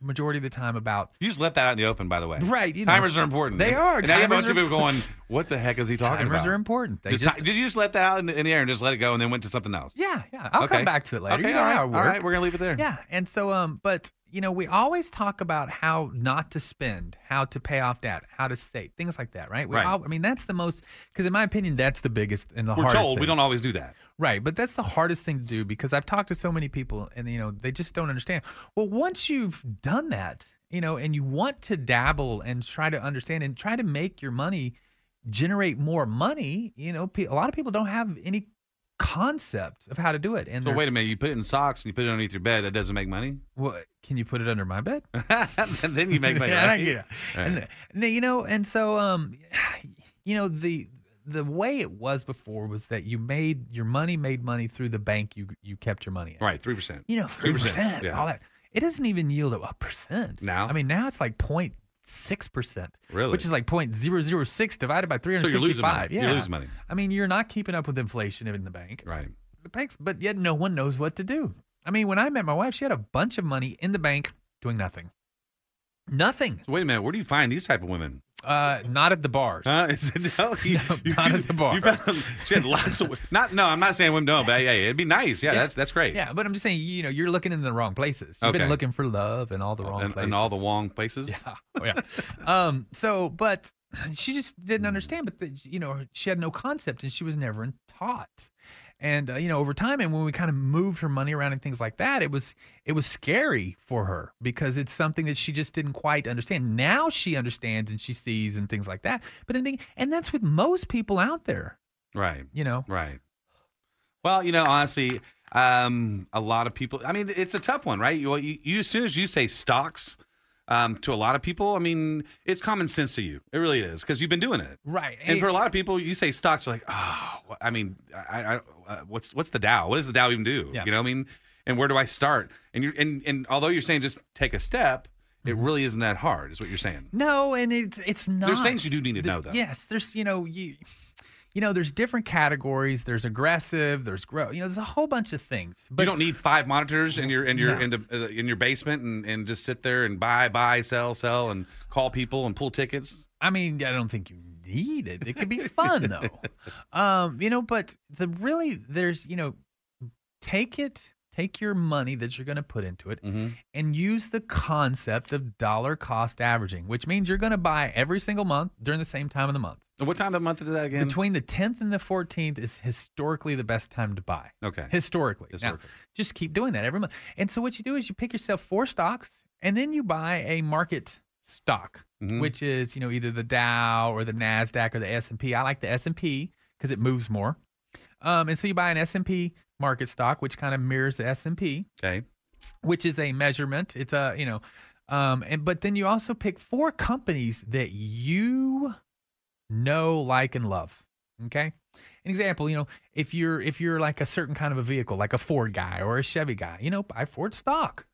Speaker 1: majority of the time about
Speaker 2: You just left that out in the open, by the way.
Speaker 1: Right, you know.
Speaker 2: timers are important.
Speaker 1: They are.
Speaker 2: And now you have a
Speaker 1: Timers
Speaker 2: bunch of
Speaker 1: are-
Speaker 2: people going, "What the heck is he talking about?"
Speaker 1: timers are important. They
Speaker 2: Just
Speaker 1: just-
Speaker 2: ti- did you just let that out in the, in the air and just let it go, and then went to something else?
Speaker 1: Yeah, yeah. I'll
Speaker 2: Okay.
Speaker 1: come back to it later.
Speaker 2: Okay,
Speaker 1: You
Speaker 2: all
Speaker 1: know
Speaker 2: right,
Speaker 1: how it
Speaker 2: all
Speaker 1: worked.
Speaker 2: right, we're gonna leave it there.
Speaker 1: Yeah, and so um, but you know, we always talk about how not to spend, how to pay off debt, how to save, things like that, right? We
Speaker 2: Right.
Speaker 1: All, I mean, that's the most because in my opinion, that's the biggest and the
Speaker 2: We're
Speaker 1: hardest.
Speaker 2: told we
Speaker 1: thing.
Speaker 2: don't always do that.
Speaker 1: Right, but that's the hardest thing to do because I've talked to so many people and you know, they just don't understand. Well, once you've done that, you know, and you want to dabble and try to understand and try to make your money generate more money, you know, pe- a lot of people don't have any concept of how to do it. And
Speaker 2: So
Speaker 1: they're-
Speaker 2: wait a minute. You put it in socks and you put it underneath your bed. That doesn't make money.
Speaker 1: well, can you put it under my bed?
Speaker 2: Uh-huh. and then you make money.
Speaker 1: Yeah, I
Speaker 2: right?
Speaker 1: get it. And,
Speaker 2: Right.
Speaker 1: no, you know, and so um, you know the the way it was before was that you made your money made money through the bank you you kept your money in.
Speaker 2: Right, three percent.
Speaker 1: You know, three percent,
Speaker 2: Yeah.
Speaker 1: all that. It doesn't even yield a percent
Speaker 2: Now?
Speaker 1: I mean, now it's like point six percent,
Speaker 2: Really?
Speaker 1: which is like point zero zero six divided by three
Speaker 2: you're
Speaker 1: hundred
Speaker 2: losing money.
Speaker 1: sixty-five.
Speaker 2: You're
Speaker 1: Yeah,
Speaker 2: losing money.
Speaker 1: I mean, you're not keeping up with inflation in the bank
Speaker 2: Right.
Speaker 1: the banks, but yet no one knows what to do. I mean, when I met my wife, she had a bunch of money in the bank doing nothing. Nothing.
Speaker 2: So wait a minute. Where do you find these type of women?
Speaker 1: Uh, not at the bars.
Speaker 2: Huh? Is it- no, you, you-
Speaker 1: not at the bar.
Speaker 2: You found, she had lots of. Not no. I'm not saying women don't, but yeah, it'd be nice. Yeah, that's that's great.
Speaker 1: Yeah, but I'm just saying, you know, you're looking in the wrong places. You've
Speaker 2: Okay.
Speaker 1: been looking for love in all the wrong
Speaker 2: and,
Speaker 1: places.
Speaker 2: and all the wrong places.
Speaker 1: Yeah. Oh, yeah. um, so, but she just didn't understand. But the, you know, she had no concept, and she was never taught. And uh, you know, over time, and when we kind of moved her money around and things like that, it was it was scary for her because it's something that she just didn't quite understand. Now she understands and she sees and things like that. But I think, and that's with most people out there,
Speaker 2: Right.
Speaker 1: you know.
Speaker 2: Right. Well, you know, honestly, um, a lot of people. I mean, it's a tough one, right? You, well, you, you as soon as you say stocks um, to a lot of people, I mean, it's common sense to you. It really is because you've been doing it.
Speaker 1: Right.
Speaker 2: And for a lot of people, you say stocks are like, oh, wh- I mean, I, I, uh, what's what's the Dow? What does the Dow even do?
Speaker 1: Yeah.
Speaker 2: You know, what I mean, and where do I start? And you are and and although you're saying just take a step, it
Speaker 1: Mm-hmm.
Speaker 2: really isn't that hard, is what you're saying.
Speaker 1: No, and it's it's not.
Speaker 2: things you do need to know, though.
Speaker 1: Yes, there's you know you, you know there's different categories. There's aggressive. There's grow. You know there's a whole bunch of things. But
Speaker 2: you don't need five monitors in your in your
Speaker 1: No.
Speaker 2: in, the, uh, in your basement and, and just sit there and buy buy sell sell and call people and pull tickets.
Speaker 1: I mean I don't think you need it. It can be fun though. Um, you know, but the really there's you know take it. Take your money that you're going to put into
Speaker 2: Mm-hmm.
Speaker 1: it and use the concept of dollar cost averaging, which means you're going to buy every single month during the same time of the month.
Speaker 2: And what time of the month is that again?
Speaker 1: Between the 10th and the 14th is historically the best time to buy.
Speaker 2: Okay.
Speaker 1: Historically. Now,
Speaker 2: Historically.
Speaker 1: just keep doing that every month. And so what you do is you pick yourself four stocks and then you buy a market stock,
Speaker 2: Mhm.
Speaker 1: which is, you know, either the Dow or the Nasdaq or the S&P. I like the S&P because it moves more. Um, and so you buy an S&P market stock, which kind of mirrors the S&P.
Speaker 2: Okay.
Speaker 1: Which is a measurement. It's a, you know, um, and but then you also pick four companies that you know, like, and love. Okay. An example, you know, if you're if you're like a certain kind of a vehicle, like a Ford guy or a Chevy guy, you know, buy Ford stock.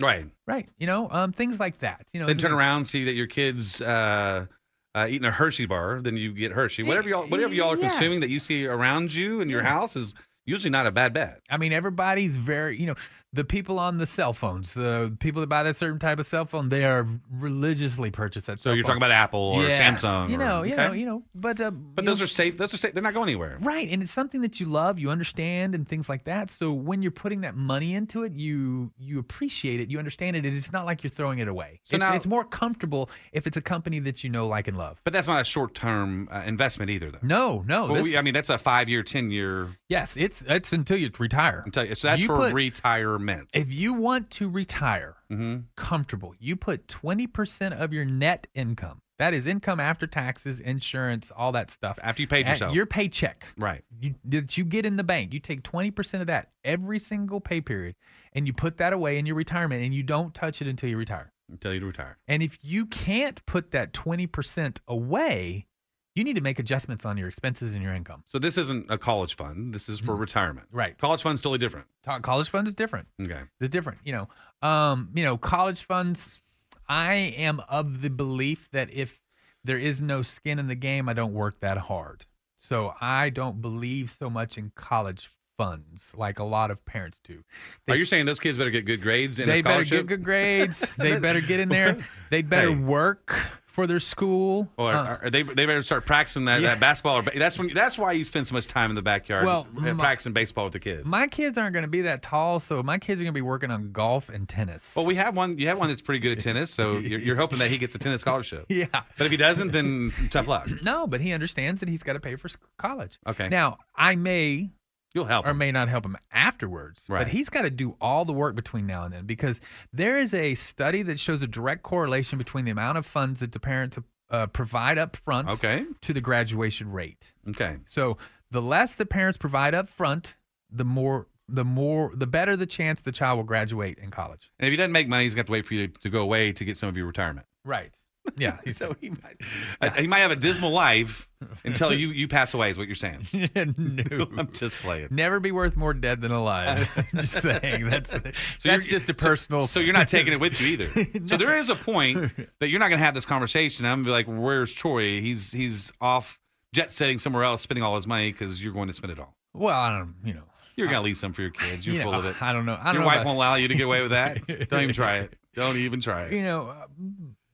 Speaker 2: Right.
Speaker 1: Right. You know, um, things like that. You know,
Speaker 2: then
Speaker 1: it's-
Speaker 2: turn around, see that your kids uh, uh, eating a Hershey bar, then you get Hershey. Whatever y'all, whatever y'all are
Speaker 1: Yeah.
Speaker 2: consuming that you see around you in your house is usually not a bad bet.
Speaker 1: I mean, everybody's very, you know, the people on the cell phones, the people that buy that certain type of cell phone, they are religiously purchased that.
Speaker 2: So
Speaker 1: cell
Speaker 2: you're
Speaker 1: phone.
Speaker 2: talking about Apple or
Speaker 1: Yes.
Speaker 2: Samsung,
Speaker 1: You
Speaker 2: or-
Speaker 1: know, you
Speaker 2: okay.
Speaker 1: know, you know, but uh,
Speaker 2: But those are safe. Those are safe. They're not going anywhere.
Speaker 1: right, and it's something that you love, you understand, and things like that. So when you're putting that money into it, you you appreciate it, you understand it, and it's not like you're throwing it away.
Speaker 2: So
Speaker 1: it's,
Speaker 2: now-
Speaker 1: it's more comfortable if it's a company that you know, like, and love.
Speaker 2: But that's not a short term uh, investment either, though.
Speaker 1: No, no.
Speaker 2: Well,
Speaker 1: this-
Speaker 2: we- I mean, that's a five year, 10 year.
Speaker 1: yes, it's it's until you retire.
Speaker 2: So that's
Speaker 1: You
Speaker 2: for
Speaker 1: put-
Speaker 2: retirement.
Speaker 1: If you want to retire
Speaker 2: Mhm.
Speaker 1: comfortable, you put 20% of your net income. That is income after taxes, insurance, all that stuff.
Speaker 2: After you paid
Speaker 1: At
Speaker 2: yourself.
Speaker 1: Your paycheck
Speaker 2: Right.
Speaker 1: you, that you get in the bank, you take 20% of that every single pay period and you put that away in your retirement and you don't touch it until you retire.
Speaker 2: Until you retire.
Speaker 1: And if you can't put that 20% away, you need to make adjustments on your expenses and your income.
Speaker 2: So this isn't a college fund. This is for retirement.
Speaker 1: Mm-hmm. Right.
Speaker 2: College fund's totally different.
Speaker 1: Ta- College fund is different.
Speaker 2: Okay.
Speaker 1: They're different, you know. Um, you know, college funds. I am of the belief that if there is no skin in the game, I don't work that hard. So I don't believe so much in college funds like a lot of parents do.
Speaker 2: Are you saying those kids better get good grades and a
Speaker 1: They better
Speaker 2: scholarship?
Speaker 1: get good grades. they better get in there. They better
Speaker 2: Hey.
Speaker 1: work for their school.
Speaker 2: Or
Speaker 1: Uh,
Speaker 2: are they they better start practicing that,
Speaker 1: Yeah.
Speaker 2: that basketball. Or ba- that's when that's why you spend so much time in the backyard
Speaker 1: Well,
Speaker 2: uh,
Speaker 1: my-
Speaker 2: practicing baseball with the kids.
Speaker 1: my kids aren't going to be that tall, so my kids are going to be working on golf and tennis.
Speaker 2: well, we have one. You have one that's pretty good at tennis, so you're, you're hoping that he gets a tennis scholarship.
Speaker 1: yeah.
Speaker 2: But if he doesn't, then tough luck.
Speaker 1: No, but he understands that he's got to pay for sc- college.
Speaker 2: Okay.
Speaker 1: Now, I may
Speaker 2: You'll help.
Speaker 1: or
Speaker 2: him.
Speaker 1: may not help him afterwards,
Speaker 2: Right.
Speaker 1: but he's got to do all the work between now and then because there is a study that shows a direct correlation between the amount of funds that the parents uh, provide up front
Speaker 2: Okay.
Speaker 1: to the graduation rate.
Speaker 2: Okay.
Speaker 1: So the less the parents provide up front, the more the more the better the chance the child will graduate in college.
Speaker 2: And if he doesn't make money, he's going to have to wait for you to, to go away to get some of your retirement.
Speaker 1: Right. Yeah.
Speaker 2: So he might, uh, he might have a dismal life until you, you pass away, is what you're saying.
Speaker 1: no.
Speaker 2: I'm just playing.
Speaker 1: Never be worth more dead than alive. just saying. That's
Speaker 2: So
Speaker 1: that's
Speaker 2: you're-
Speaker 1: just a
Speaker 2: so-
Speaker 1: personal.
Speaker 2: So, you're not taking it with you either.
Speaker 1: No.
Speaker 2: So there is a point that you're not going to have this conversation. I'm gonna be like, "Where's Troy? He's he's off jet setting somewhere else, spending all his money because you're going to spend it all.
Speaker 1: Well, I don't. You know.
Speaker 2: You're going to leave some for your kids. You're
Speaker 1: you know,
Speaker 2: full of it.
Speaker 1: I don't know. I don't
Speaker 2: your
Speaker 1: know
Speaker 2: wife
Speaker 1: about-
Speaker 2: won't allow you to get away with that. don't even try it. Don't even try it.
Speaker 1: You know. uh,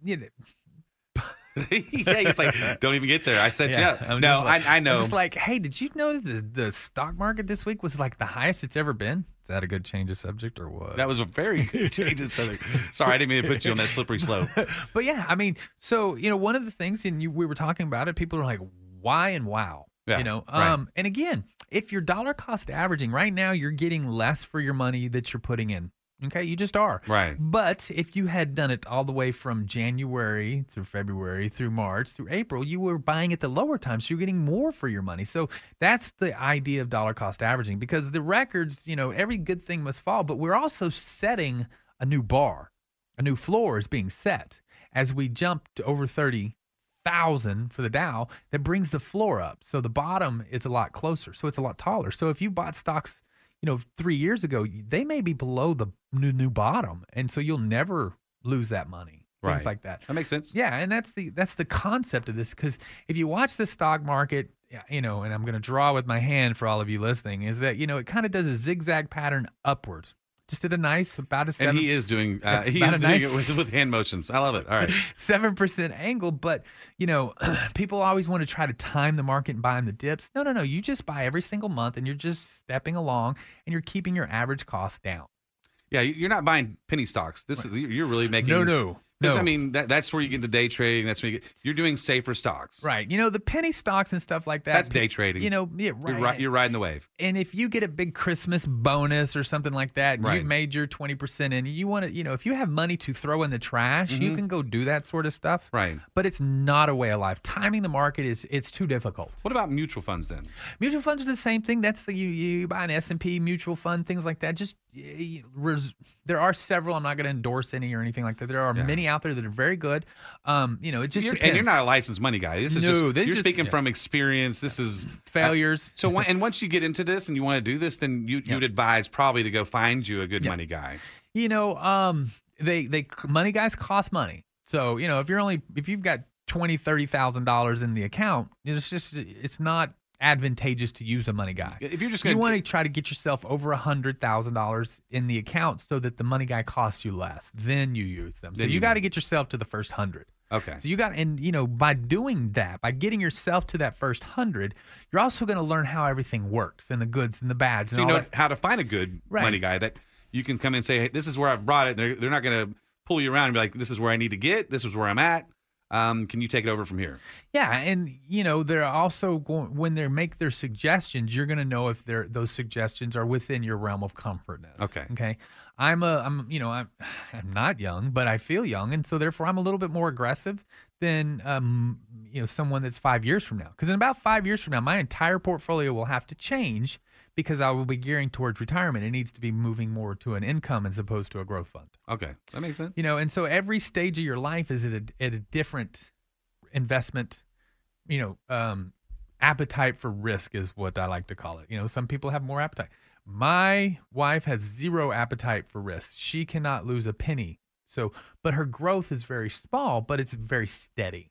Speaker 1: You know
Speaker 2: yeah, he's like, don't even get there. I set you
Speaker 1: yeah,
Speaker 2: up.
Speaker 1: I'm
Speaker 2: no,
Speaker 1: just like-
Speaker 2: I, I know.
Speaker 1: I'm just like, hey, did you know the the stock market this week was like the highest it's ever been? Is that a good change of subject or what?
Speaker 2: That was a very good change of subject. Sorry, I didn't mean to put you on that slippery slope.
Speaker 1: but yeah, I mean, so you know, one of the things, and you, we were talking about it. People are like, why and wow,
Speaker 2: Yeah,
Speaker 1: you know.
Speaker 2: right.
Speaker 1: Um, and again, if you're dollar cost averaging right now, you're getting less for your money that you're putting in. Okay, you just are.
Speaker 2: Right.
Speaker 1: But if you had done it all the way from January through February through March through April, you were buying at the lower time, so you're getting more for your money. So that's the idea of dollar cost averaging because the records, you know, every good thing must fall, but we're also setting a new bar, a new floor is being set as we jump to over 30,000 for the Dow. That brings the floor up. So the bottom is a lot closer. So it's a lot taller. So if you bought stocks, you know, three years ago, they may be below the new, new bottom. And so you'll never lose that money.
Speaker 2: Right.
Speaker 1: Things like that.
Speaker 2: That makes sense.
Speaker 1: Yeah, and that's the that's the concept of this because if you watch the stock market, yeah, you know, and I'm going to draw with my hand for all of you listening, is that you know it kind of does a zigzag pattern upward. Just did a nice about a
Speaker 2: And
Speaker 1: seven.
Speaker 2: he is doing uh, he
Speaker 1: About
Speaker 2: is
Speaker 1: a
Speaker 2: doing
Speaker 1: nice-
Speaker 2: it with, with hand motions. I love it. All right.
Speaker 1: seven percent angle. But you know, people always want to try to time the market and buy in the dips. No, no, no. You just buy every single month, and you're just stepping along, and you're keeping your average cost down.
Speaker 2: Yeah, you- you're not buying penny stocks. This is you're really making
Speaker 1: No, no,
Speaker 2: 'Cause, I mean, that, that's where you get into day trading. That's when you get, you're doing safer stocks.
Speaker 1: Right. You know, the penny stocks and stuff like that.
Speaker 2: That's
Speaker 1: pe-
Speaker 2: day trading.
Speaker 1: You know, yeah,
Speaker 2: You're,
Speaker 1: right.
Speaker 2: ri- you're riding the wave.
Speaker 1: and if you get a big Christmas bonus or something like that, and
Speaker 2: Right.
Speaker 1: you've made your 20% and you want to, you know, if you have money to throw in the trash, you
Speaker 2: Mhm.
Speaker 1: can go do that sort of stuff.
Speaker 2: Right.
Speaker 1: But it's not a way of life. Timing the market is it's too difficult.
Speaker 2: What about mutual funds then?
Speaker 1: Mutual funds are the same thing. That's the you, you buy an S&P mutual fund, things like that. Just y- y- res, there are several. I'm not going to endorse any or anything like that. There are
Speaker 2: Yeah.
Speaker 1: many out there that are very good. Um, you know, it just
Speaker 2: You're-
Speaker 1: depends.
Speaker 2: and you're not a licensed money guy. This is
Speaker 1: No,
Speaker 2: just
Speaker 1: this
Speaker 2: you're
Speaker 1: is-
Speaker 2: speaking
Speaker 1: yeah.
Speaker 2: from experience. This is uh,
Speaker 1: Failures.
Speaker 2: so, one- and once you get into this and you want to do this, then you you'd advise probably to go find you a good money guy.
Speaker 1: you know, um, they they money guys cost money. So you know, if you're only if you've got twenty thirty thousand dollars in the account, it's just it's not advantageous to use a money guy.
Speaker 2: If you're just
Speaker 1: you
Speaker 2: gonna-
Speaker 1: want to try to get yourself over a hundred thousand dollars in the account so that the money guy costs you less, then you use them. So
Speaker 2: Then
Speaker 1: you
Speaker 2: you
Speaker 1: got to get yourself to the first hundred.
Speaker 2: Okay.
Speaker 1: So you got, and you know, by doing that, by getting yourself to that first hundred, you're also going to learn how everything works and the goods and the bads.
Speaker 2: So
Speaker 1: and
Speaker 2: you
Speaker 1: all
Speaker 2: know
Speaker 1: that.
Speaker 2: how to find a good
Speaker 1: Right.
Speaker 2: money guy that you can come in and say, hey, this is where I brought it. They're, they're not going to pull you around and be like, this is where I need to get. This is where I'm at. Um, can you take it over from here?
Speaker 1: Yeah, and you know they're also going when they make their suggestions, you're going to know if they're those suggestions are within your realm of comfortness.
Speaker 2: Okay.
Speaker 1: Okay. I'm a I'm you know I'm I'm not young, but I feel young, and so therefore I'm a little bit more aggressive than um you know someone that's five years from now. Because in about five years from now, my entire portfolio will have to change because I will be gearing towards retirement. It needs to be moving more to an income as opposed to a growth fund.
Speaker 2: Okay. That makes sense.
Speaker 1: You know, and so every stage of your life is at a, at a different investment, you know, um, appetite for risk is what I like to call it. You know, some people have more appetite. My wife has zero appetite for risk. She cannot lose a penny. So, but her growth is very small, but it's very steady.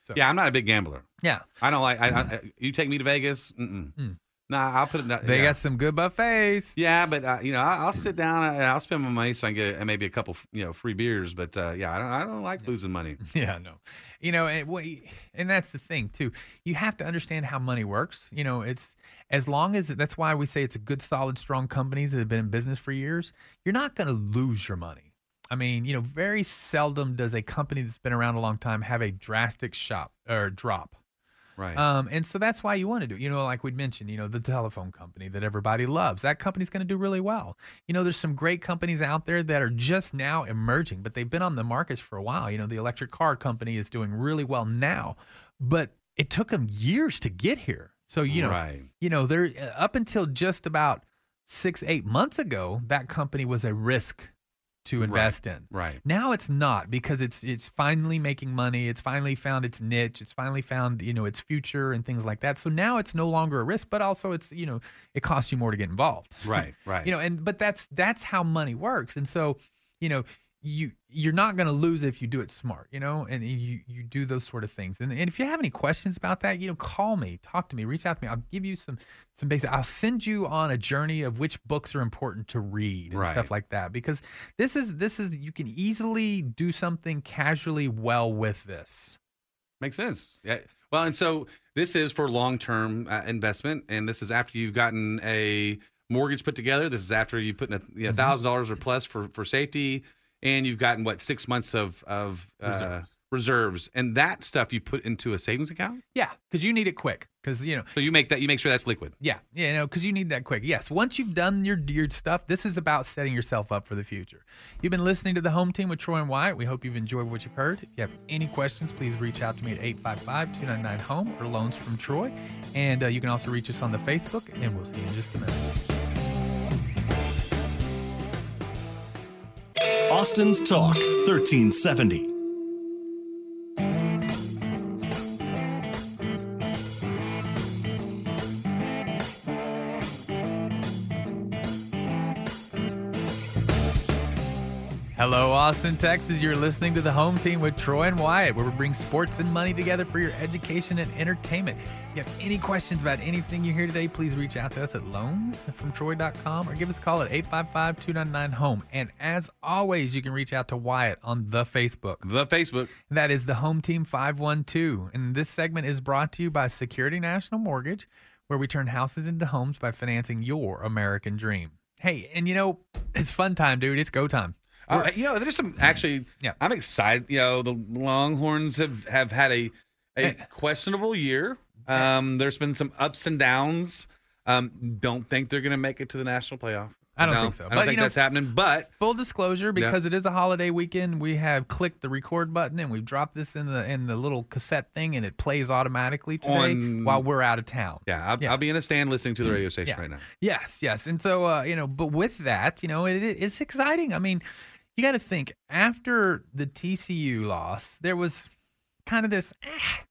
Speaker 1: So,
Speaker 2: Yeah, I'm not a big gambler.
Speaker 1: Yeah.
Speaker 2: I don't like. I, I, I- you take me to Vegas? Mm-mm.
Speaker 1: Mm.
Speaker 2: Nah, I'll put it. Not,
Speaker 1: They
Speaker 2: yeah.
Speaker 1: got some good buffets.
Speaker 2: Yeah, but uh, you know, I, I'll sit down and I'll spend my money so I can get uh, maybe a couple, you know, free beers. But uh, yeah, I don't, I don't like losing money.
Speaker 1: Yeah, Mm. no. You know, and, what y- and that's the thing too. You have to understand how money works. You know, it's as long as that's why we say it's a good, solid, strong companies that have been in business for years. You're not going to lose your money. I mean, you know, very seldom does a company that's been around a long time have a drastic shop or drop.
Speaker 2: Right.
Speaker 1: Um, and so that's why you want to do, it. you know, like we'd mentioned, you know, the telephone company that everybody loves. That company's going to do really well. You know, there's some great companies out there that are just now emerging, but they've been on the markets for a while. You know, the electric car company is doing really well now, but it took them years to get here. So you know,
Speaker 2: Right.
Speaker 1: you know, they're up until just about six, eight months ago, that company was a risk to invest in.
Speaker 2: Right.
Speaker 1: Now it's not because it's it's finally making money. It's finally found its niche. It's finally found you know its future and things like that. So now it's no longer a risk, but also it's you know it costs you more to get involved.
Speaker 2: Right. Right.
Speaker 1: You know, and but that's that's how money works. And so you know you you're not going to lose if you do it smart. You know, and you you do those sort of things. And and if you have any questions about that, you know, call me, talk to me, reach out to me. I'll give you some some basic. I'll send you on a journey of which books are important to read and stuff
Speaker 2: Right.
Speaker 1: like like that because this is this is you can easily do something casually well with this.
Speaker 2: Makes sense. Yeah. Well, and so this is for long term uh, investment, and this is after you've gotten a mortgage put together. This is after you put in a thousand dollars or plus for for safety, and you've gotten what six months of of uh,
Speaker 1: Reserves.
Speaker 2: reserves. and that stuff you put into a savings account.
Speaker 1: Yeah, because you need it quick. Because you know,
Speaker 2: So you make that you make sure that's liquid.
Speaker 1: yeah, you know, because you need that quick. Yes, once you've done your your stuff, this is about setting yourself up for the future. You've been listening to the Home Team with Troy and Wyatt. We hope you've enjoyed what you've heard. If you have any questions, please reach out to me at 855-299-HOME E, or Loans from Troy, and uh, you can also reach us on the Facebook. And we'll see you in just a minute.
Speaker 4: Austin's Talk 1370.
Speaker 1: Hello, Austin, Texas. You're listening to the home team with Troy and Wyatt, where we bring sports and money together for your education and entertainment. If you have any questions about anything you hear today, please reach out to us at loansfromtroy.com or give us a call at 855 299 home. And as always, you can reach out to Wyatt on the Facebook.
Speaker 2: The Facebook.
Speaker 1: That is the Home Team 512. And this segment is brought to you by Security National Mortgage, where we turn houses into homes by financing your American dream. Hey, and you know, it's fun time, dude. It's go time.
Speaker 2: All right, Uh, you know, there's
Speaker 1: Mm.
Speaker 2: some actually. Yeah. I'm excited. You know, the Longhorns have have had a
Speaker 1: Eh.
Speaker 2: a questionable year. Um, there's been some ups and downs. Um, don't think they're going to make it to the national playoff.
Speaker 1: I don't
Speaker 2: No,
Speaker 1: think so.
Speaker 2: I
Speaker 1: But,
Speaker 2: don't
Speaker 1: you
Speaker 2: think
Speaker 1: know,
Speaker 2: that's happening. But
Speaker 1: full disclosure, because it is a holiday weekend, we have clicked the record button and we've dropped this in the in the little cassette thing, and it plays automatically today
Speaker 2: On-
Speaker 1: while we're out of town.
Speaker 2: yeah, I'll, I'll be in a stand listening
Speaker 1: Mm.
Speaker 2: to the radio station right now.
Speaker 1: Yes, yes. And so, uh, you know, but with that, you know, it, it- it's exciting. I mean, you got to think after the TCU loss, there was kind of this, "Ah,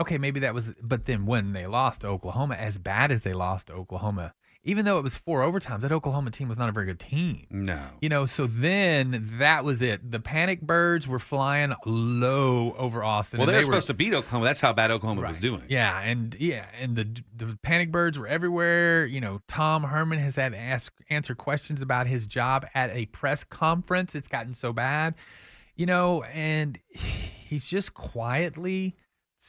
Speaker 1: okay, maybe that was, but then when they lost to Oklahoma, as bad as they lost to Oklahoma, even though it was four overtimes, that Oklahoma team was not a very good team.
Speaker 2: No.
Speaker 1: You know, so then that was it. The panic birds were flying low over Austin.
Speaker 2: well,
Speaker 1: and
Speaker 2: they were
Speaker 1: were-
Speaker 2: supposed to beat Oklahoma. That's how bad Oklahoma was doing.
Speaker 1: yeah, and yeah, and the the panic birds were everywhere. You know, Tom Herman has had to ask answer questions about his job at a press conference. It's gotten so bad, you know, and he's just quietly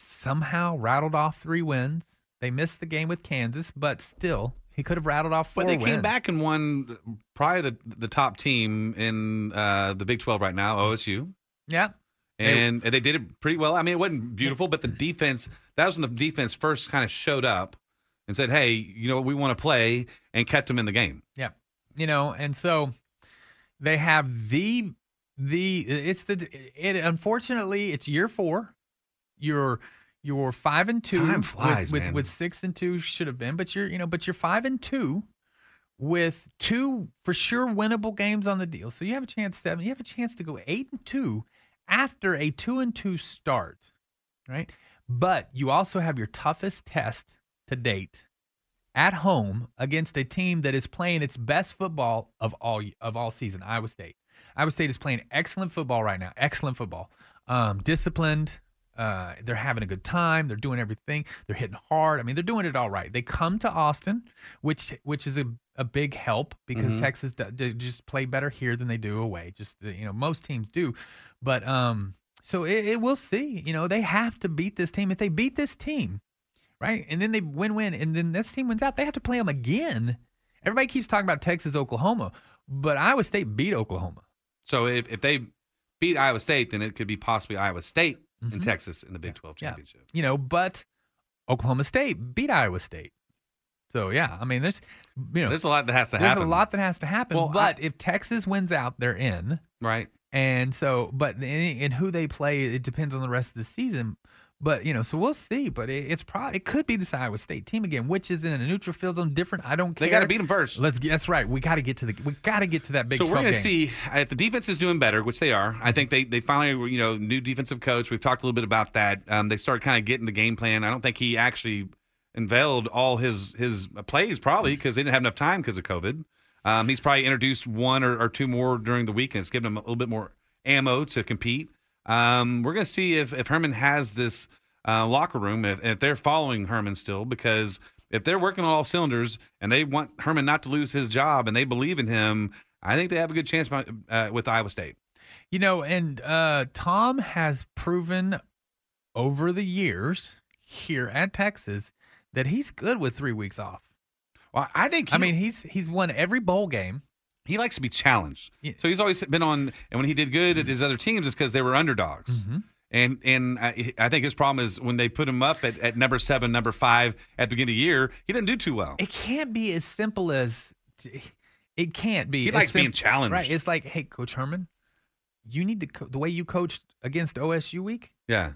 Speaker 1: somehow rattled off three wins. They missed the game with Kansas, but still, he could have rattled off four.
Speaker 2: But they came
Speaker 1: wins.
Speaker 2: back and won uh, probably the, the top team in uh, the Big 12 right now, OSU.
Speaker 1: Yeah, They-
Speaker 2: And they, did it pretty well. I mean, it wasn't beautiful, but the defense, that was when the defense first kind of showed up and said, hey, you know what, we want to play and kept them in the game.
Speaker 1: Yeah. You know, and so they have the the it's the it unfortunately it's year 4. You're you're 5 and 2
Speaker 2: Time
Speaker 1: with-
Speaker 2: flies,
Speaker 1: with,
Speaker 2: man.
Speaker 1: with 6 and 2 should have been, but you're you know, but you're 5 and 2 with two for sure winnable games on the deal. So you have a chance 7. You have a chance to go 8 and 2 after a 2 and 2 start, right? But you also have your toughest test to date at home against a team that is playing its best football of all of all season. Iowa State. Iowa State is playing excellent football right now. Excellent football. Um, disciplined. Uh, they're having a good time. They're doing everything. They're hitting hard. I mean, they're doing it all right. They come to Austin, which which is a, a big help because
Speaker 5: Mhm.
Speaker 1: Texas d- d- just play better here than they do away. Just uh, you know, most teams do, but um, so it, it we'll see. You know, they have to beat this team. If they beat this team, right? And then they win win, and then this team wins out. They have to play them again. Everybody keeps talking about Texas, Oklahoma, but Iowa State beat Oklahoma.
Speaker 2: So if, if they beat Iowa State, then it could be possibly Iowa State
Speaker 1: Mhm.
Speaker 2: and Texas in the Big 12
Speaker 1: Yeah.
Speaker 2: championship.
Speaker 1: You know, but Oklahoma State beat Iowa State. So yeah, I mean, there's you know,
Speaker 2: There's a lot that has to
Speaker 1: there's
Speaker 2: happen.
Speaker 1: a lot that has to happen.
Speaker 2: Well, I-
Speaker 1: but if Texas wins out, they're in.
Speaker 2: Right.
Speaker 1: And so, but and and who they play, it depends on the rest of the season. But you know, so we'll see. But it, it's probably it could be this Iowa State team again, which is in a neutral field zone. Different. I don't care.
Speaker 2: They got to beat them first.
Speaker 1: Let's. get- That's right. We got to get to the. We got to get to that big.
Speaker 2: so we're
Speaker 1: 12
Speaker 2: going to
Speaker 1: game.
Speaker 2: see uh, if the defense is doing better, which they are. I think they they finally you know new defensive coach. We've talked a little bit about that. Um, they started kind of getting the game plan. I don't think he actually unveiled all his his plays probably because they didn't have enough time because of COVID. Um, he's probably introduced one or, or two more during the week, and it's given him a little bit more ammo to compete. Um, we're going to see if if Herman has this uh, locker room if, if they're following Herman still because if they're working on all cylinders and they want Herman not to lose his job and they believe in him, I think they have a good chance by- uh, with Iowa State.
Speaker 1: You know, and uh, Tom has proven over the years here at Texas that he's good with three weeks off.
Speaker 2: Well, I think.
Speaker 1: I mean, he's he's won every bowl game.
Speaker 2: He likes to be challenged, so he's always been on. And when he did good at his other teams, it's because they were underdogs.
Speaker 1: Mm-hmm.
Speaker 2: And and I, I think his problem is when they put him up at, at number seven, number five at the beginning of the year, he didn't do too well.
Speaker 1: It can't be as simple as it can't be.
Speaker 2: He
Speaker 1: as
Speaker 2: likes being
Speaker 1: simp-
Speaker 2: challenged.
Speaker 1: right? It's like, hey, Coach Herman, you need to co- the way you coached against OSU week.
Speaker 2: Yeah.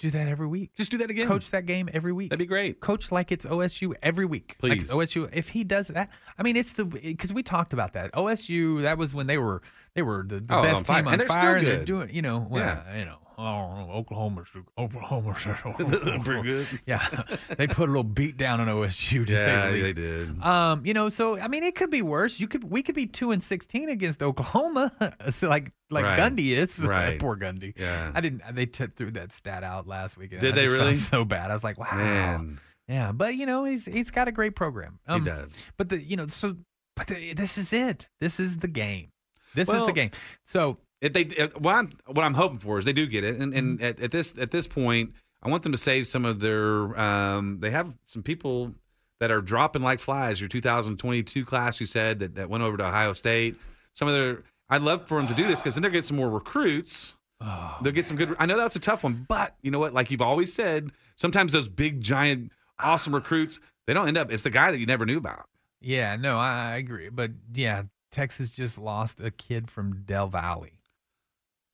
Speaker 1: Do that every week.
Speaker 2: Just do that again.
Speaker 1: Coach that game every week. That'd
Speaker 2: be great.
Speaker 1: Coach like it's OSU every week. Like it's
Speaker 2: Please.
Speaker 1: OSU. If he does that, I mean, it's the because we talked about that. OSU. That was when they were they were the, the
Speaker 2: Oh,
Speaker 1: best
Speaker 2: on fire.
Speaker 1: team on
Speaker 2: And they're still
Speaker 1: fire. They're
Speaker 2: good.
Speaker 1: doing you know well,
Speaker 2: Yeah.
Speaker 1: you know. Oh, Oklahoma's Oklahoma's
Speaker 2: pretty good.
Speaker 1: Yeah, they put a little beat down on OSU to say
Speaker 2: Yeah,
Speaker 1: the
Speaker 2: they
Speaker 1: least.
Speaker 2: did.
Speaker 1: Um, you know, so I mean, it could be worse. You could we could be two and sixteen against Oklahoma, It's like like
Speaker 2: Right.
Speaker 1: Gundy is.
Speaker 2: Right.
Speaker 1: Poor Gundy.
Speaker 2: Yeah.
Speaker 1: I didn't. They t- threw that stat out last weekend.
Speaker 2: Did
Speaker 1: I
Speaker 2: they
Speaker 1: just felt
Speaker 2: really?
Speaker 1: So bad. I was like, wow.
Speaker 2: Man.
Speaker 1: Yeah, but you know, he's he's got a great program. Um,
Speaker 2: He does.
Speaker 1: But the you know, so but the, this is it. This is the game. This is
Speaker 2: Well,
Speaker 1: the game. So
Speaker 2: if they if- what I'm what I'm hoping for is they do get it, and
Speaker 1: Mm-hmm.
Speaker 2: and at, at this at this point, I want them to save some of their. Um, they have some people that are dropping like flies. Your 2022 class, you said that that went over to Ohio State. Some of their. I'd love for them to do this because then they'll get some more recruits.
Speaker 1: Oh,
Speaker 2: they'll get some good. I know that's a tough one, but you know what? Like you've always said, sometimes those big, giant, awesome recruits they don't end up. It's the guy that you never knew about.
Speaker 1: Yeah, no, I, I agree. But yeah, Texas just lost a kid from Del Valley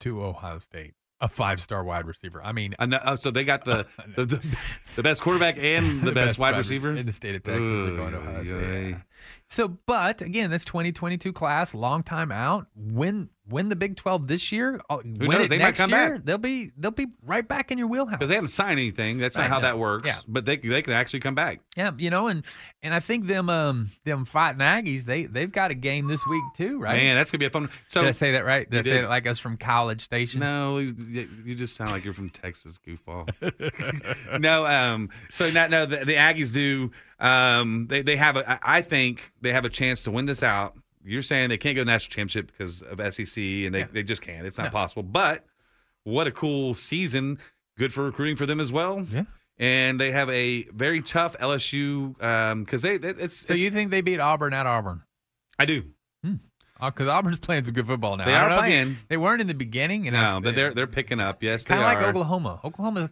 Speaker 1: to Ohio State, a five star wide receiver. I mean,
Speaker 2: I know, oh, so they got the the, the the best quarterback and the, best, wide receiver
Speaker 1: in the state of Texas are
Speaker 2: Ooh,
Speaker 1: going to Ohio State.
Speaker 2: yay.
Speaker 1: yeah. So, but again, this 2022 class, long time out. Win win the Big 12 this year. Who win
Speaker 2: knows?
Speaker 1: It
Speaker 2: They might
Speaker 1: next
Speaker 2: come
Speaker 1: year,
Speaker 2: back.
Speaker 1: They'll be they'll be right back in your wheelhouse.
Speaker 2: because they haven't signed anything. That's
Speaker 1: I
Speaker 2: not how
Speaker 1: know.
Speaker 2: that works.
Speaker 1: Yeah.
Speaker 2: But they they can actually come back.
Speaker 1: Yeah, you know, and and I think them um them fighting Aggies, they they've got a game this week too, right?
Speaker 2: Man, that's gonna be a fun. So
Speaker 1: did I say that right? Did I
Speaker 2: You
Speaker 1: say
Speaker 2: did.
Speaker 1: that like us from College Station?
Speaker 2: No, you, you just sound like you're from Texas, goofball. no, um, so not, no, the, the Aggies do. Um, they they have a. I I think they have a chance to win this out. You're saying they can't go national championship because of SEC, and they, they just can't. It's not
Speaker 1: No.
Speaker 2: possible. But what a cool season! Good for recruiting for them as well.
Speaker 1: Yeah.
Speaker 2: And they have a very tough LSU because um, they, they it's,
Speaker 1: So
Speaker 2: it's-
Speaker 1: you think they beat Auburn at Auburn?
Speaker 2: I do
Speaker 1: Because Auburn's playing some good football now.
Speaker 2: They
Speaker 1: I don't
Speaker 2: are
Speaker 1: know if you-
Speaker 2: playing.
Speaker 1: they weren't in the beginning, and
Speaker 2: no, but they're they're picking up. Yes, they
Speaker 1: kind of like
Speaker 2: are.
Speaker 1: Oklahoma. Oklahoma's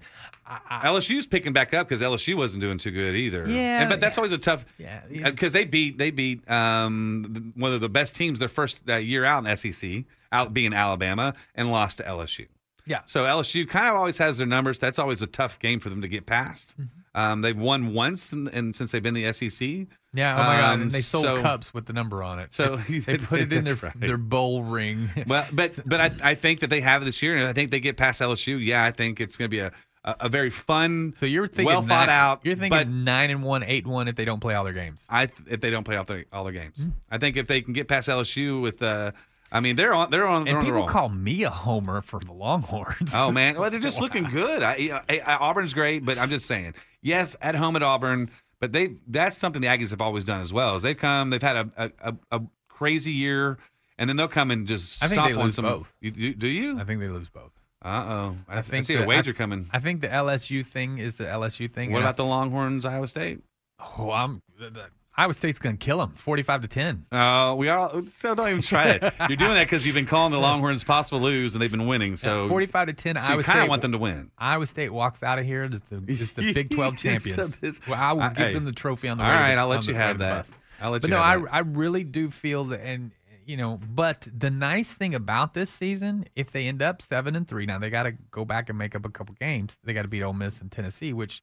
Speaker 2: LSU's picking back up because LSU wasn't doing too good either.
Speaker 1: Yeah,
Speaker 2: And- but that's always a tough.
Speaker 1: Yeah, it's-
Speaker 2: because they beat they beat um, th- one of the best teams their first uh, year out in SEC, out being Alabama, and lost to LSU.
Speaker 1: Yeah.
Speaker 2: So LSU kind of always has their numbers. That's always a tough game for them to get past.
Speaker 1: Mm-hmm.
Speaker 2: Um, they've won once, in, in, since they've been in the E SEC.
Speaker 1: yeah. Oh my god!
Speaker 2: Um,
Speaker 1: And they sold
Speaker 2: so-
Speaker 1: cups with the number on it.
Speaker 2: so-
Speaker 1: they, they put it in their
Speaker 2: That's right.
Speaker 1: their bowl ring.
Speaker 2: Well, but but I, I think that they have this year, and I think they get past LSU. Yeah, I think it's going to be a, a a very fun.
Speaker 1: So you're thinking
Speaker 2: well
Speaker 1: nine-
Speaker 2: thought out.
Speaker 1: You're thinking
Speaker 2: but
Speaker 1: nine and one, eight and one if they don't play all their games.
Speaker 2: I th- if they don't play all their all their games.
Speaker 1: Mm.
Speaker 2: I think if they can get past LSU with, uh, I mean they're on they're on. They're
Speaker 1: And
Speaker 2: on the
Speaker 1: people
Speaker 2: roll.
Speaker 1: call me a homer for the Longhorns.
Speaker 2: Oh man, well they're just looking good. I, I, I, Auburn's great, but I'm just saying, yes, at home at Auburn, but they that's something the Aggies have always done as well. Is they've come, they've had a a, a, a crazy year, and then they'll come and just
Speaker 1: I think
Speaker 2: stomp
Speaker 1: they
Speaker 2: on
Speaker 1: lose
Speaker 2: some.
Speaker 1: both.
Speaker 2: You, you, do you?
Speaker 1: I think they lose both.
Speaker 2: Uh oh, I, th- I
Speaker 1: think
Speaker 2: see
Speaker 1: the-
Speaker 2: a
Speaker 1: I
Speaker 2: wager
Speaker 1: th-
Speaker 2: coming.
Speaker 1: I think the LSU thing is the LSU thing.
Speaker 2: What
Speaker 1: and I
Speaker 2: about the Longhorns, Iowa State?
Speaker 1: Oh, I'm the, the, Iowa State's gonna kill him, forty-five to ten.
Speaker 2: Uh, we all so don't even try it. You're doing that because you've been calling the Longhorns possible lose, and they've been winning. So
Speaker 1: forty-five to ten.
Speaker 2: So
Speaker 1: Iowa
Speaker 2: you kind
Speaker 1: State
Speaker 2: of want them to win.
Speaker 1: Iowa State walks out of here as the, as the Big Twelve
Speaker 2: Yes,
Speaker 1: champions.
Speaker 2: it is.
Speaker 1: well, I will
Speaker 2: I-
Speaker 1: give
Speaker 2: hey.
Speaker 1: them the trophy on the
Speaker 2: All
Speaker 1: way to
Speaker 2: right,
Speaker 1: the-
Speaker 2: I'll let
Speaker 1: on
Speaker 2: you
Speaker 1: the
Speaker 2: have
Speaker 1: way to the
Speaker 2: that.
Speaker 1: bus.
Speaker 2: I'll let
Speaker 1: but
Speaker 2: you
Speaker 1: no,
Speaker 2: have
Speaker 1: I
Speaker 2: that.
Speaker 1: I really do feel that, and you know, but the nice thing about this season, if they end up seven and three, now they got to go back and make up a couple games. They got to beat Ole Miss and Tennessee, which.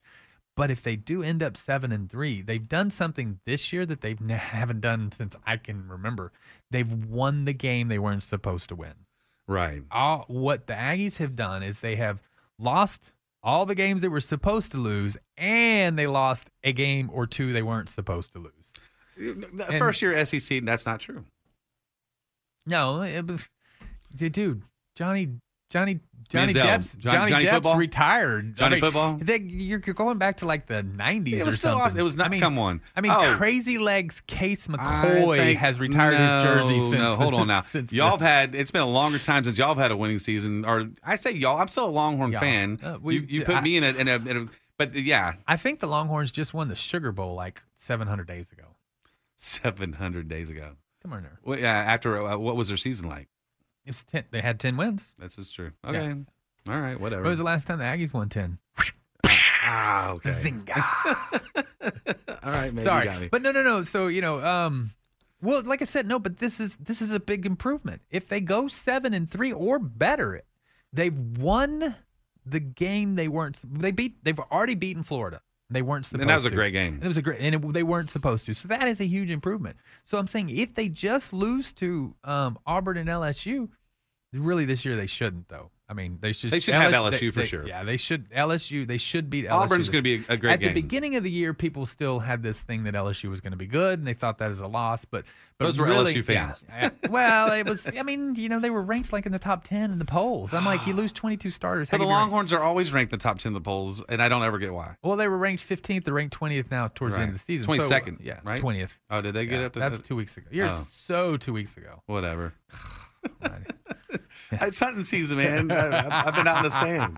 Speaker 1: But if they do end up seven and three, they've done something this year that they have haven't done since I can remember. They've won the game they weren't supposed to win
Speaker 2: Right.
Speaker 1: all what the Aggies have done is they have lost all the games they were supposed to lose, and they lost a game or two they weren't supposed to lose.
Speaker 2: The
Speaker 1: And-
Speaker 2: First year SEC, that's not true.
Speaker 1: No, it, was- the dude, Johnny. Johnny Johnny
Speaker 2: Manziel.
Speaker 1: Depp's
Speaker 2: Johnny-
Speaker 1: Johnny,
Speaker 2: Johnny
Speaker 1: Depp's
Speaker 2: football?
Speaker 1: retired.
Speaker 2: Johnny football?
Speaker 1: They, you're, you're going back to like the '90s
Speaker 2: It
Speaker 1: or
Speaker 2: was still
Speaker 1: something.
Speaker 2: awesome. It was not-
Speaker 1: I mean,
Speaker 2: come on.
Speaker 1: I mean,
Speaker 2: Oh.
Speaker 1: Crazy Legs Case
Speaker 2: I
Speaker 1: McCoy
Speaker 2: think-
Speaker 1: has retired his jersey
Speaker 2: No,
Speaker 1: since.
Speaker 2: No, hold on now.
Speaker 1: since
Speaker 2: y'all have
Speaker 1: the-
Speaker 2: had it's been a longer time since y'all have had a winning season. Or I say y'all, I'm still a Longhorn
Speaker 1: Y'all.
Speaker 2: fan.
Speaker 1: Uh, we-
Speaker 2: you, you put
Speaker 1: I-
Speaker 2: me in a, in a in a but yeah,
Speaker 1: I think the Longhorns just won the Sugar Bowl like 700 days ago.
Speaker 2: 700 days ago.
Speaker 1: Come on, there.
Speaker 2: Well, yeah, after uh, what was their season like?
Speaker 1: It was ten. They had ten wins.
Speaker 2: This is true.
Speaker 1: Yeah.
Speaker 2: Okay. All right. Whatever.
Speaker 1: When was the last time the Aggies won ten?
Speaker 2: ah, okay. All right, man. You got
Speaker 1: Sorry,
Speaker 2: me.
Speaker 1: but no, no, no. So you know, um, well, like I said, no, but this is this is a big improvement. If they go seven and three or better, they've won the game they weren't. They beat. They've already beaten Florida. They weren't supposed.
Speaker 2: and that was a
Speaker 1: to.
Speaker 2: great game.
Speaker 1: It was a great, and it, they weren't supposed to. So that is a huge improvement. So I'm saying if they just lose to um, Auburn and LSU, really this year they shouldn't though. I mean, they should.
Speaker 2: They should have LSU for
Speaker 1: they-
Speaker 2: sure.
Speaker 1: Yeah, they should. LSU, they should beat. LSU
Speaker 2: Auburn's
Speaker 1: this
Speaker 2: gonna be a- a great
Speaker 1: At
Speaker 2: game.
Speaker 1: the beginning of the year, people still had this thing that LSU was going to be good, and they thought that was a loss. But, but
Speaker 2: Those were
Speaker 1: really-
Speaker 2: LSU fans.
Speaker 1: yeah, yeah. well, it was. I mean, you know, they were ranked like in the top ten in the polls. I'm like, you lose 22 starters. how
Speaker 2: But the
Speaker 1: can you rank-
Speaker 2: Longhorns are always ranked in the top 10 of the polls, and I don't ever get why.
Speaker 1: Well, they were ranked 15th. They're ranked 20th now towards the end of the
Speaker 2: Right.
Speaker 1: season. So,
Speaker 2: 22nd,
Speaker 1: yeah,
Speaker 2: right?
Speaker 1: 20th.
Speaker 2: Oh, did they get
Speaker 1: Yeah,
Speaker 2: up to
Speaker 1: That's two weeks ago. You're
Speaker 2: Oh.
Speaker 1: so two weeks ago.
Speaker 2: Whatever.
Speaker 1: Alrighty.
Speaker 2: It's hunting season, man. I- I've been out in the stand.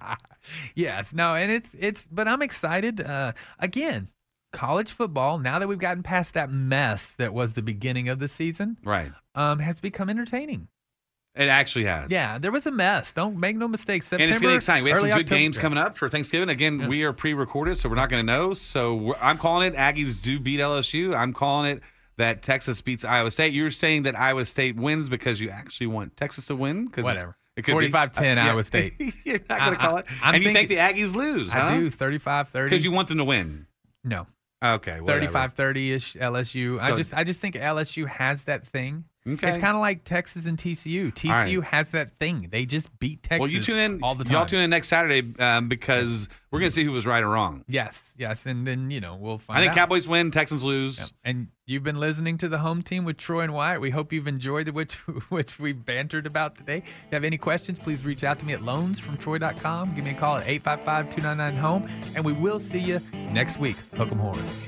Speaker 1: yes, no, and it's it's. But I'm excited. Uh, again, college football. Now that we've gotten past that mess that was the beginning of the season,
Speaker 2: Right.
Speaker 1: um, has become entertaining.
Speaker 2: It actually has.
Speaker 1: Yeah, there was a mess. Don't make no mistakes. September,
Speaker 2: and it's getting exciting. We have some
Speaker 1: early
Speaker 2: good
Speaker 1: October-
Speaker 2: games coming up for Thanksgiving. Again, we are pre-recorded, so we're not going to know. So we're, I'm calling it Aggies do beat LSU. I'm calling it that Texas beats Iowa State. You're saying that Iowa State wins because you actually want Texas to win. Because
Speaker 1: Whatever.
Speaker 2: It could be-
Speaker 1: 45-10
Speaker 2: uh, yeah.
Speaker 1: Iowa State.
Speaker 2: You're not going to call it.
Speaker 1: I, am
Speaker 2: and you think the Aggies lose?
Speaker 1: I do 35 30.
Speaker 2: Because you want them to win.
Speaker 1: No.
Speaker 2: Okay. whatever.
Speaker 1: 35 30 ish LSU. I
Speaker 2: So-
Speaker 1: just I just think LSU has that thing.
Speaker 2: Okay.
Speaker 1: It's kind of like Texas and TCU. TCU has that thing. They just beat Texas.
Speaker 2: Well, you tune in
Speaker 1: all the time.
Speaker 2: Y'all tune in next Saturday um, because we're going to see who was right or wrong.
Speaker 1: Yes, yes, and then you know we'll find.
Speaker 2: I think
Speaker 1: out.
Speaker 2: Cowboys win, Texans lose.
Speaker 1: And you've been listening to the home team with Troy and Wyatt. We hope you've enjoyed which which we bantered about today. If you have any questions, please reach out to me at loansfromtroy.com. Give me a call at 855-299-HOME, and we will see you next week. Hook 'em horns.